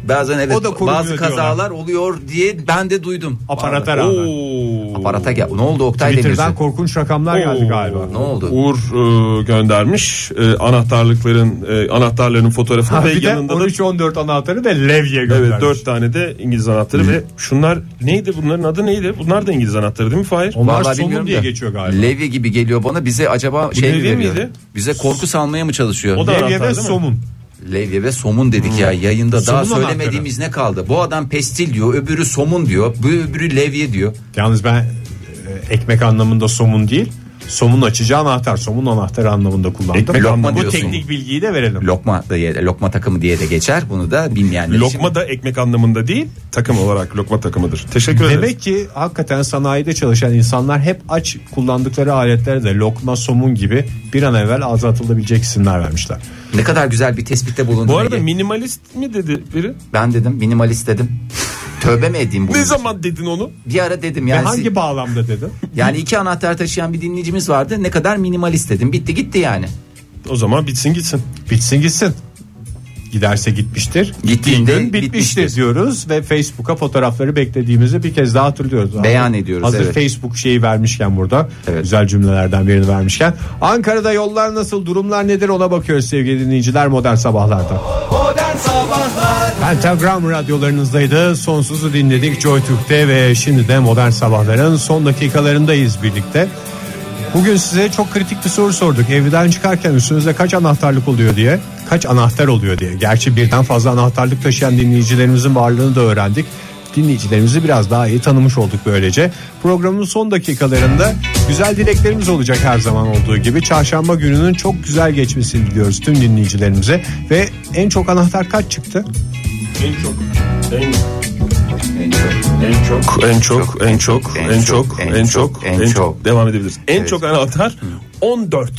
B: Bazen evet
C: O da korumuyor
B: bazı kazalar oluyor diye ben de duydum.
C: Aparata
B: Vallahi.
C: rağmen.
D: Oo.
B: Aparata gel. Ne oldu Oktay
C: Twitter'dan
B: Demirci?
C: korkunç rakamlar geldi
D: Oo.
C: galiba.
B: Ne oldu?
D: Uğur e, göndermiş e, anahtarlıkların e, anahtarlarının fotoğrafını
C: Ha,
D: ve
C: bir de
D: yanında da
C: 13-14 anahtarı da levye göndermiş.
D: Evet dört tane de İngiliz anahtarı ve şunlar neydi bunların adı neydi? Bunlar da İngiliz anahtarı değil mi Fahir?
C: Onlar
B: Vallahi
C: solun
B: bilmiyorum
C: diye
B: da.
C: geçiyor galiba.
B: Levye gibi geliyor bana. Bize acaba şey mi
D: levye
B: veriyor?
D: miydi?
B: Bize korku salmaya mı çalışıyor?
D: O da-
C: levye
D: anahtar
C: ve
D: değil mi? Hmm.
C: somun.
B: Levye ve somun dedik ya yayında. Daha
C: Somun
B: söylemediğimiz ne kaldı? Bu adam pestil diyor, öbürü somun diyor, bu öbürü levye diyor.
C: Yalnız ben e, ekmek anlamında somun değil, somun açıcı anahtar, somun anahtarı anlamında kullandım.
B: Ekmek Lokma
C: Bu
B: diyorsun.
C: teknik bilgiyi de verelim.
B: Lokma da ye- lokma takımı diye de geçer. Bunu da bilmeyenler için.
D: Lokma da ekmek anlamında değil takım olarak lokma takımıdır. Teşekkür ederim.
C: Demek ki hakikaten sanayide çalışan insanlar hep aç kullandıkları aletlere de lokma, somun gibi bir an evvel azaltılabilecek isimler vermişler.
B: Ne kadar güzel bir tespitte bulundu.
D: Bu arada
B: Ege.
D: minimalist mi dedi biri?
B: ben dedim minimalist dedim. Tövbe mi edeyim bunu?
D: Ne zaman dedin onu?
B: Bir ara dedim
C: Ve
B: yani.
C: hangi bağlamda dedim?
B: Yani iki anahtar taşıyan bir dinleyicimiz vardı. Ne kadar minimalist dedim. Bitti gitti yani.
D: O zaman bitsin gitsin.
C: Bitsin gitsin. Giderse gitmiştir.
B: Gittiğinde
C: Gün bitmiştir,
B: bitmiştir.
C: diyoruz ve Facebook'a fotoğrafları beklediğimizi bir kez daha hatırlıyoruz.
B: Beyan
C: Hazır-
B: ediyoruz,
C: Hazır
B: evet.
C: Facebook şeyi vermişken burada
B: Evet.
C: güzel cümlelerden birini vermişken Ankara'da yollar nasıl durumlar nedir ona bakıyoruz sevgili dinleyiciler modern sabahlarda. Pentagram radyolarınızdaydı. Sonsuzu dinledik Joy Türk'te ve şimdi de modern sabahların son dakikalarındayız birlikte. Bugün size çok kritik bir soru sorduk. Evden çıkarken üstünüzde kaç anahtarlık oluyor diye. Kaç anahtar oluyor diye. Gerçi birden fazla anahtarlık taşıyan dinleyicilerimizin varlığını da öğrendik. Dinleyicilerimizi biraz daha iyi tanımış olduk böylece. Programın son dakikalarında güzel dileklerimiz olacak her zaman olduğu gibi. Çarşamba gününün çok güzel geçmesini diliyoruz tüm dinleyicilerimize. Ve en çok anahtar kaç çıktı?
D: En çok en en çok en çok en çok en çok en çok en çok devam edebiliriz. En çok anahtar 14.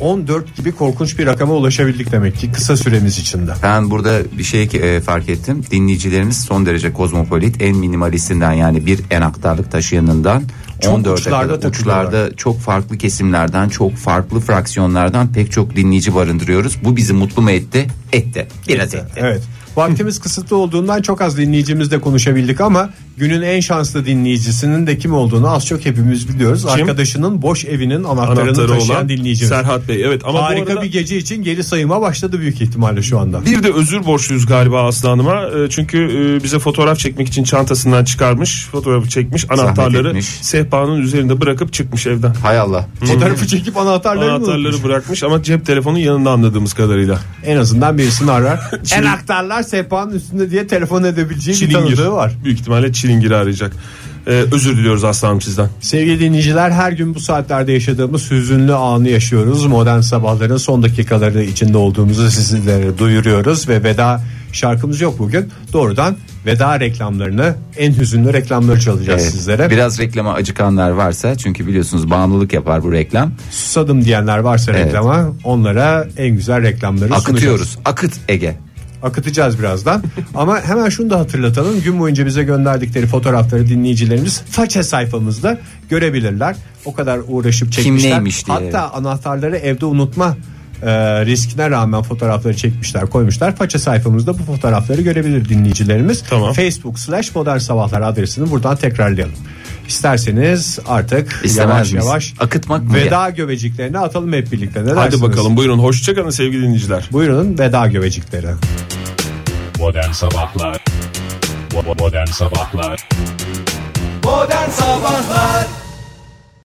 C: 14 gibi korkunç bir rakama ulaşabildik demek ki kısa süremiz içinde.
B: Ben burada bir şey e, fark ettim. Dinleyicilerimiz son derece kozmopolit, en minimalistinden yani bir en aktarlık taşıyanından
C: Çok
B: 14'e
C: uçlarda
B: kadar
C: takılıyorlar.
B: uçlarda çok farklı kesimlerden, çok farklı fraksiyonlardan pek çok dinleyici barındırıyoruz. Bu bizi mutlu mu etti? Etti. Biraz etti.
C: Evet. Vaktimiz kısıtlı olduğundan çok az dinleyicimizle konuşabildik ama günün en şanslı dinleyicisinin de kim olduğunu az çok hepimiz biliyoruz. Arkadaşının boş evinin anahtarını
D: Anahtarı
C: taşıyan
D: olan
C: dinleyicimiz.
D: Serhat Bey. Evet ama bu
C: Harika
D: arada
C: bir gece için geri sayıma başladı büyük ihtimalle şu anda.
D: bir de özür borçluyuz galiba aslanıma. Çünkü e, bize fotoğraf çekmek için çantasından çıkarmış, fotoğrafı çekmiş, anahtarları
B: etmiş.
D: sehpanın üzerinde bırakıp çıkmış evden.
B: Hay Allah.
C: Fotoğrafı çekip anahtarlarını
D: Anahtarları
C: unutmuş.
D: bırakmış ama cep telefonun yanında anladığımız kadarıyla.
C: en azından birisini arar. en aktarlar sehpanın üstünde diye telefon edebileceği bir tanıdığı var.
D: Büyük ihtimalle Çilingir'i arayacak. E, özür diliyoruz aslanım sizden.
C: Sevgili dinleyiciler her gün bu saatlerde yaşadığımız hüzünlü anı yaşıyoruz. Modern sabahların son dakikaları içinde olduğumuzu sizlere duyuruyoruz ve veda şarkımız yok bugün. Doğrudan veda reklamlarını en hüzünlü reklamları çalacağız
B: Evet.
C: sizlere.
B: E, Biraz reklama acıkanlar varsa çünkü biliyorsunuz bağımlılık yapar bu reklam.
C: Susadım diyenler varsa
B: Evet.
C: reklama onlara en güzel reklamları sunacağız.
B: Akıtıyoruz. Akıt Ege.
C: akıtacağız birazdan. <laughs> Ama hemen şunu da hatırlatalım. Gün boyunca bize gönderdikleri fotoğrafları dinleyicilerimiz faça sayfamızda görebilirler. O kadar uğraşıp çekmişler.
B: neymiş diye.
C: Hatta anahtarları evde unutma e, riskine rağmen fotoğrafları çekmişler koymuşlar. Faça sayfamızda bu fotoğrafları görebilir dinleyicilerimiz.
D: Tamam.
C: Facebook slash modern sabahlar adresini buradan tekrarlayalım. İsterseniz artık
B: İstemez
C: yavaş
B: miyiz?
C: yavaş
B: Akıtmak mı
C: veda göbeciklerini atalım hep birlikte. Ne
D: Hadi
C: dersiniz?
D: bakalım buyurun hoşçakalın sevgili dinleyiciler.
C: Buyurun veda göbecikleri.
A: Modern Sabahlar Bo- Modern Sabahlar